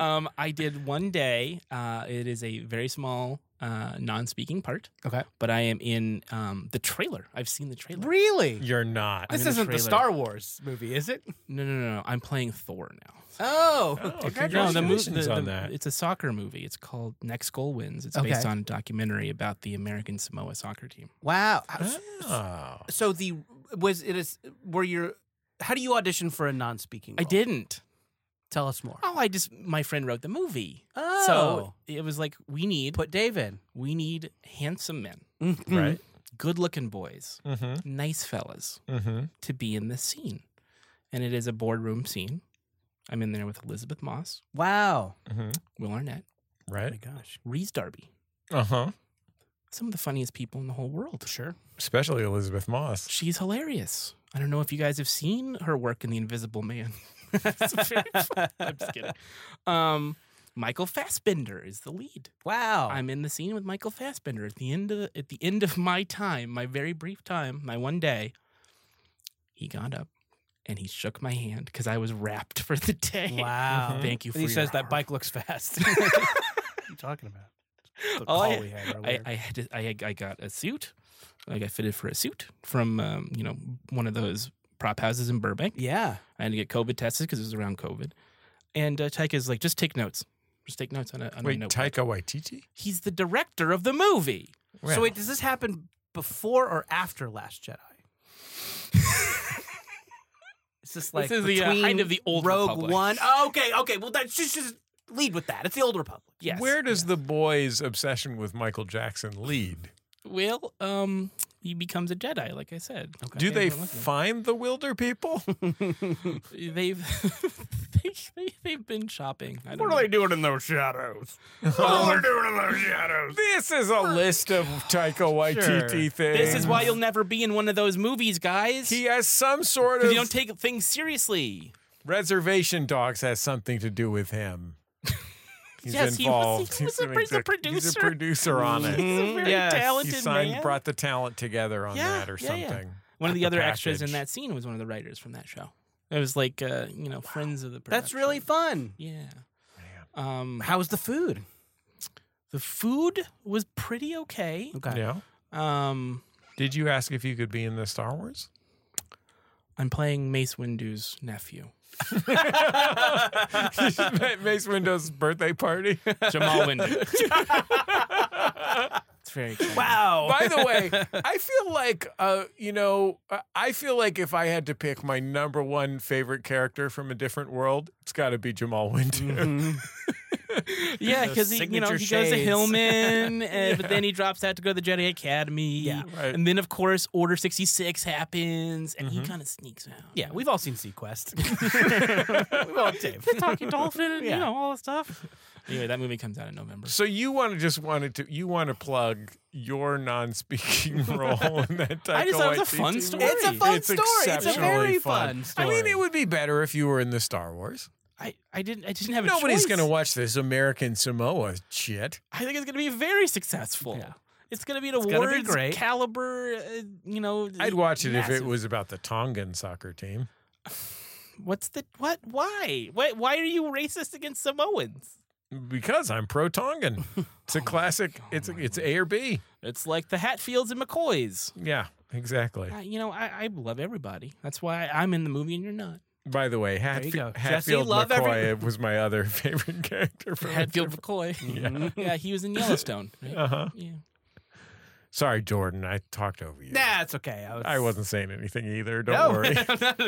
Speaker 4: um i did one day uh it is a very small uh non-speaking part
Speaker 3: Okay.
Speaker 4: but i am in um the trailer i've seen the trailer
Speaker 3: Really?
Speaker 2: You're not.
Speaker 3: This
Speaker 4: in the
Speaker 3: isn't the
Speaker 4: trailer.
Speaker 3: Star Wars movie, is it?
Speaker 4: no no no no i'm playing thor now
Speaker 3: Oh,
Speaker 2: congratulations
Speaker 4: the mo- the-
Speaker 2: on
Speaker 4: the-
Speaker 2: that.
Speaker 4: It's a soccer movie. It's called Next Goal Wins. It's based
Speaker 3: Okay.
Speaker 4: on a documentary about the American Samoa soccer team.
Speaker 3: wow.
Speaker 2: Oh.
Speaker 3: So the was it is were your how do you audition for a non-speaking?
Speaker 4: I
Speaker 3: role?
Speaker 4: didn't.
Speaker 3: Tell us more.
Speaker 4: Oh, I just my friend wrote the movie. So
Speaker 3: Oh.
Speaker 4: it was like we need
Speaker 3: Put Dave in.
Speaker 4: we need handsome men,
Speaker 2: Right.
Speaker 4: good looking boys,
Speaker 2: Mm-hmm.
Speaker 4: nice fellas
Speaker 2: Mm-hmm.
Speaker 4: to be in this scene. And it is a boardroom scene. I'm in there with Elizabeth Moss,
Speaker 3: <laughs> Wow.
Speaker 2: Mm-hmm.
Speaker 4: Will Arnett,
Speaker 2: Right.
Speaker 3: Oh gosh.
Speaker 4: Reese Darby,
Speaker 2: Uh huh.
Speaker 4: some of the funniest people in the whole world. Sure.
Speaker 2: Especially Elizabeth Moss.
Speaker 4: She's hilarious. I don't know if you guys have seen her work in The Invisible Man. <laughs> It's
Speaker 3: <laughs>
Speaker 4: very fun- I'm just kidding. Um, Michael Fassbender is the lead.
Speaker 2: Oh.
Speaker 3: Wow.
Speaker 4: <laughs> I'm in the scene with Michael Fassbender at the end of at the end of my time, my very brief time, my one day. He got up and he shook my hand because I was wrapped for the day.
Speaker 14: Wow.
Speaker 4: Mhm. Thank you.
Speaker 14: And
Speaker 4: For
Speaker 14: he
Speaker 4: your
Speaker 14: says that
Speaker 4: hard
Speaker 14: bike looks fast.
Speaker 3: <laughs>
Speaker 14: what are you talking about? The
Speaker 4: All
Speaker 14: call
Speaker 4: I-
Speaker 14: we had. right
Speaker 4: <laughs> I,
Speaker 14: there.
Speaker 4: I had to, I I got a suit. I got fitted for a suit from um, you know one of those prop houses in Burbank.
Speaker 14: yeah.
Speaker 4: I had to get COVID tested because it was around COVID. And uh, Taika's like, just take notes. Just take notes on a, on a
Speaker 2: Wait,
Speaker 4: notebook."
Speaker 2: Taika Waititi?
Speaker 4: He's the director of the movie.
Speaker 14: So wait, does this happen before or after Last
Speaker 4: <laughs>
Speaker 14: Jedi? Is this like
Speaker 4: This is the, uh,
Speaker 14: between
Speaker 4: height of the Old
Speaker 14: Rogue
Speaker 4: Republic.
Speaker 14: One? Oh, okay, okay. Well, that's just, just lead with that. It's the Old Republic.
Speaker 4: Yes.
Speaker 2: Where does the boy's obsession with Michael Jackson lead?
Speaker 4: Well, um, he becomes a Jedi, like I said. Okay.
Speaker 2: Do they find the Wilder <laughs> people?
Speaker 4: They've <laughs> they, they, they've been shopping. I don't know.
Speaker 14: doing in those <laughs> shadows?
Speaker 2: Oh,
Speaker 14: doing in those shadows?
Speaker 2: this is a list
Speaker 4: <laughs>
Speaker 2: of Taika Waititi
Speaker 14: Sure.
Speaker 2: things.
Speaker 4: This is why you'll never be in one of those movies, guys.
Speaker 2: he has some sort
Speaker 4: 'Cause
Speaker 2: of
Speaker 4: you don't take things seriously.
Speaker 2: Reservation Dogs has something to do with
Speaker 4: <laughs>
Speaker 2: him. He's
Speaker 4: Yes, he was-
Speaker 2: involved.
Speaker 4: he was
Speaker 2: an
Speaker 4: a- he's a
Speaker 2: exec- He's a
Speaker 4: producer.
Speaker 2: producer on it.
Speaker 4: He's a very
Speaker 14: Yes. He
Speaker 2: he
Speaker 4: talented
Speaker 2: signed,
Speaker 4: man.
Speaker 2: brought the talent together on
Speaker 4: Yeah,
Speaker 2: that or
Speaker 4: yeah, yeah.
Speaker 2: something.
Speaker 4: one of the
Speaker 2: the
Speaker 4: other extras in
Speaker 2: package.
Speaker 4: that scene was one of the writers from that show. It was like uh, you know friends of the. Production.
Speaker 14: That's really fun.
Speaker 4: Yeah. Um,
Speaker 14: How's the food?
Speaker 4: the food was pretty okay.
Speaker 14: Okay.
Speaker 2: Yeah.
Speaker 4: Um,
Speaker 2: Did you ask if you could be in the Star Wars?
Speaker 4: <laughs>
Speaker 2: <laughs>
Speaker 4: I'm playing Mace Windu's nephew,
Speaker 2: Mace Windows' birthday
Speaker 4: <laughs>
Speaker 2: party.
Speaker 4: Jamal Windu. it's very exciting.
Speaker 14: Wow.
Speaker 2: By the
Speaker 4: <laughs>
Speaker 2: way, I feel like uh, you know, I- I feel like if I had to pick my number one favorite character from a different world, it's got to be Jamal Windu.
Speaker 4: Mm-hmm. Yeah,
Speaker 14: Those
Speaker 4: because he, you know,
Speaker 14: signature
Speaker 4: he goes to
Speaker 14: shades.
Speaker 4: <laughs> Hillman, and, but then he drops out to go to the Jedi Academy.
Speaker 14: Yeah.
Speaker 2: Right.
Speaker 4: and then of course Order sixty six happens, and he kind of sneaks out.
Speaker 14: Yeah, we've all seen
Speaker 4: <laughs>
Speaker 14: Sequest. we all Dave.
Speaker 4: the talking dolphin, and,
Speaker 14: Yeah.
Speaker 4: you know, all that stuff. Anyway, that movie comes out in
Speaker 2: <laughs>
Speaker 4: November.
Speaker 2: So you want to just wanted to you want to plug your non-speaking <laughs> role in that Taika
Speaker 4: I just thought it was
Speaker 2: Waititi
Speaker 4: a fun
Speaker 2: movie.
Speaker 4: story.
Speaker 14: It's a fun
Speaker 2: It's
Speaker 14: story. It's a
Speaker 2: exceptionally
Speaker 14: very
Speaker 2: fun.
Speaker 14: fun,
Speaker 2: I
Speaker 14: story.
Speaker 2: mean, it would be better if you were in the Star Wars.
Speaker 4: I, I didn't I didn't have a
Speaker 2: Nobody's
Speaker 4: choice.
Speaker 2: going to watch this American Samoa shit.
Speaker 4: I think it's gonna be very successful.
Speaker 14: Yeah.
Speaker 4: It's gonna be an
Speaker 14: gonna be
Speaker 4: awards
Speaker 14: great.
Speaker 4: caliber. Uh, you know,
Speaker 2: I'd watch it if
Speaker 4: massive.
Speaker 2: it was about the Tongan soccer team.
Speaker 4: What's the what? Why? Why? Why are you racist against Samoans?
Speaker 2: Because I'm
Speaker 14: <laughs>
Speaker 2: pro Tongan. It's
Speaker 14: Oh
Speaker 2: a classic. It's it's A or B.
Speaker 4: It's like the Hatfields and McCoys.
Speaker 2: Yeah, exactly.
Speaker 14: Uh,
Speaker 4: I, you know, I, I love everybody. That's why I'm in the movie and you're not.
Speaker 14: <laughs>
Speaker 2: By the way,
Speaker 14: you
Speaker 2: Hatf-
Speaker 14: go. Jesse,
Speaker 2: Hatfield
Speaker 14: love every-
Speaker 2: McCoy was my other <laughs> favorite character from
Speaker 4: Hatfield McCoy.
Speaker 14: <laughs>
Speaker 2: Yeah.
Speaker 4: <laughs> yeah, he was in Yellowstone. Right?
Speaker 2: Uh huh.
Speaker 4: Yeah.
Speaker 2: Sorry, Jordan. I talked over you.
Speaker 14: Nah, it's okay. I, was,
Speaker 2: I wasn't saying anything either. Don't
Speaker 14: <laughs> No, <laughs>
Speaker 2: worry.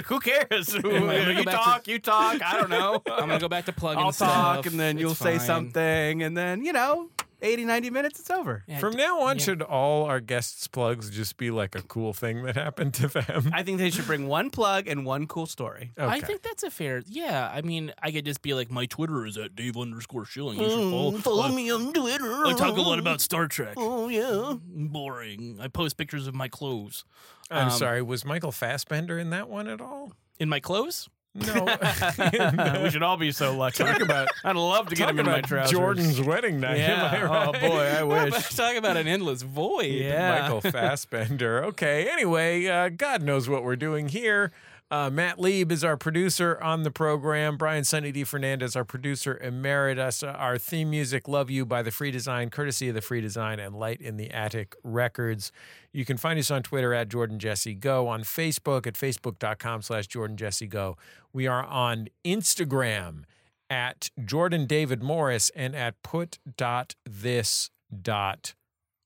Speaker 14: who cares?
Speaker 4: gonna go
Speaker 14: you
Speaker 4: back to-
Speaker 14: talk, you talk. I don't know.
Speaker 4: <laughs> I'm gonna go back to plugging.
Speaker 14: I'll
Speaker 4: stuff.
Speaker 14: talk, and then
Speaker 4: It's
Speaker 14: you'll say
Speaker 4: fine.
Speaker 14: something, and then you know, 80, 90 minutes, it's over.
Speaker 4: Yeah,
Speaker 2: From
Speaker 4: d-
Speaker 2: now on,
Speaker 4: yeah.
Speaker 2: should all our guests' plugs just be like a cool thing that happened to them?
Speaker 14: I think they should bring one plug and one cool story.
Speaker 2: Okay.
Speaker 4: I think that's a fair. Yeah, I mean, I could just be like, my Twitter is at Dave underscore Schilling. You should follow. I-
Speaker 14: Mm, me on Twitter.
Speaker 4: I talk a lot about Star Trek. Mm,
Speaker 14: Oh yeah.
Speaker 4: Boring. I post pictures of my clothes.
Speaker 2: I'm
Speaker 4: um,
Speaker 2: sorry. Was Michael Fassbender in that one
Speaker 14: <laughs>
Speaker 2: at all?
Speaker 4: In my clothes?
Speaker 2: No. <laughs>
Speaker 14: we should all be so lucky.
Speaker 2: talk about
Speaker 14: I'd love to get
Speaker 2: talk
Speaker 14: him in my
Speaker 2: about
Speaker 14: trousers.
Speaker 2: Jordan's wedding night.
Speaker 14: Yeah.
Speaker 2: Am I right?
Speaker 14: Oh boy, I wish.
Speaker 4: <laughs> Talk about an endless void.
Speaker 14: Yeah.
Speaker 2: Michael Fassbender. Okay. Anyway, uh, God knows what we're doing here. Uh, Matt Lieb is our producer on the program. Brian Sunny D. Fernandez, our producer emeritus. Uh, Our theme music, Love You by The Free Design, courtesy of The Free Design and Light in the Attic Records. You can find us on Twitter at Jordan Jesse Go, on Facebook at facebook.com slash Jordan Jesse Go. We are on Instagram at Jordan David Morris and at put.this.com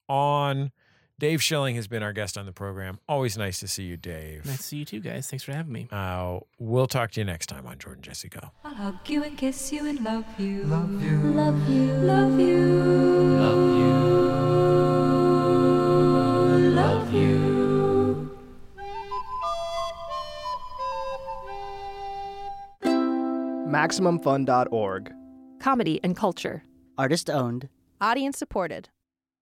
Speaker 2: on. Dave Schilling has been our guest on the program. Always nice to see you, Dave.
Speaker 4: Nice to see you too, guys. Thanks for having me.
Speaker 2: Uh, we'll talk to you next time on Jordan Jesse Go.
Speaker 1: I'll hug you and kiss you and love you. Love you. Love you. Love you. Love you. Love you.
Speaker 15: MaximumFun.org.
Speaker 16: comedy and culture.
Speaker 15: Artist owned.
Speaker 16: Audience supported.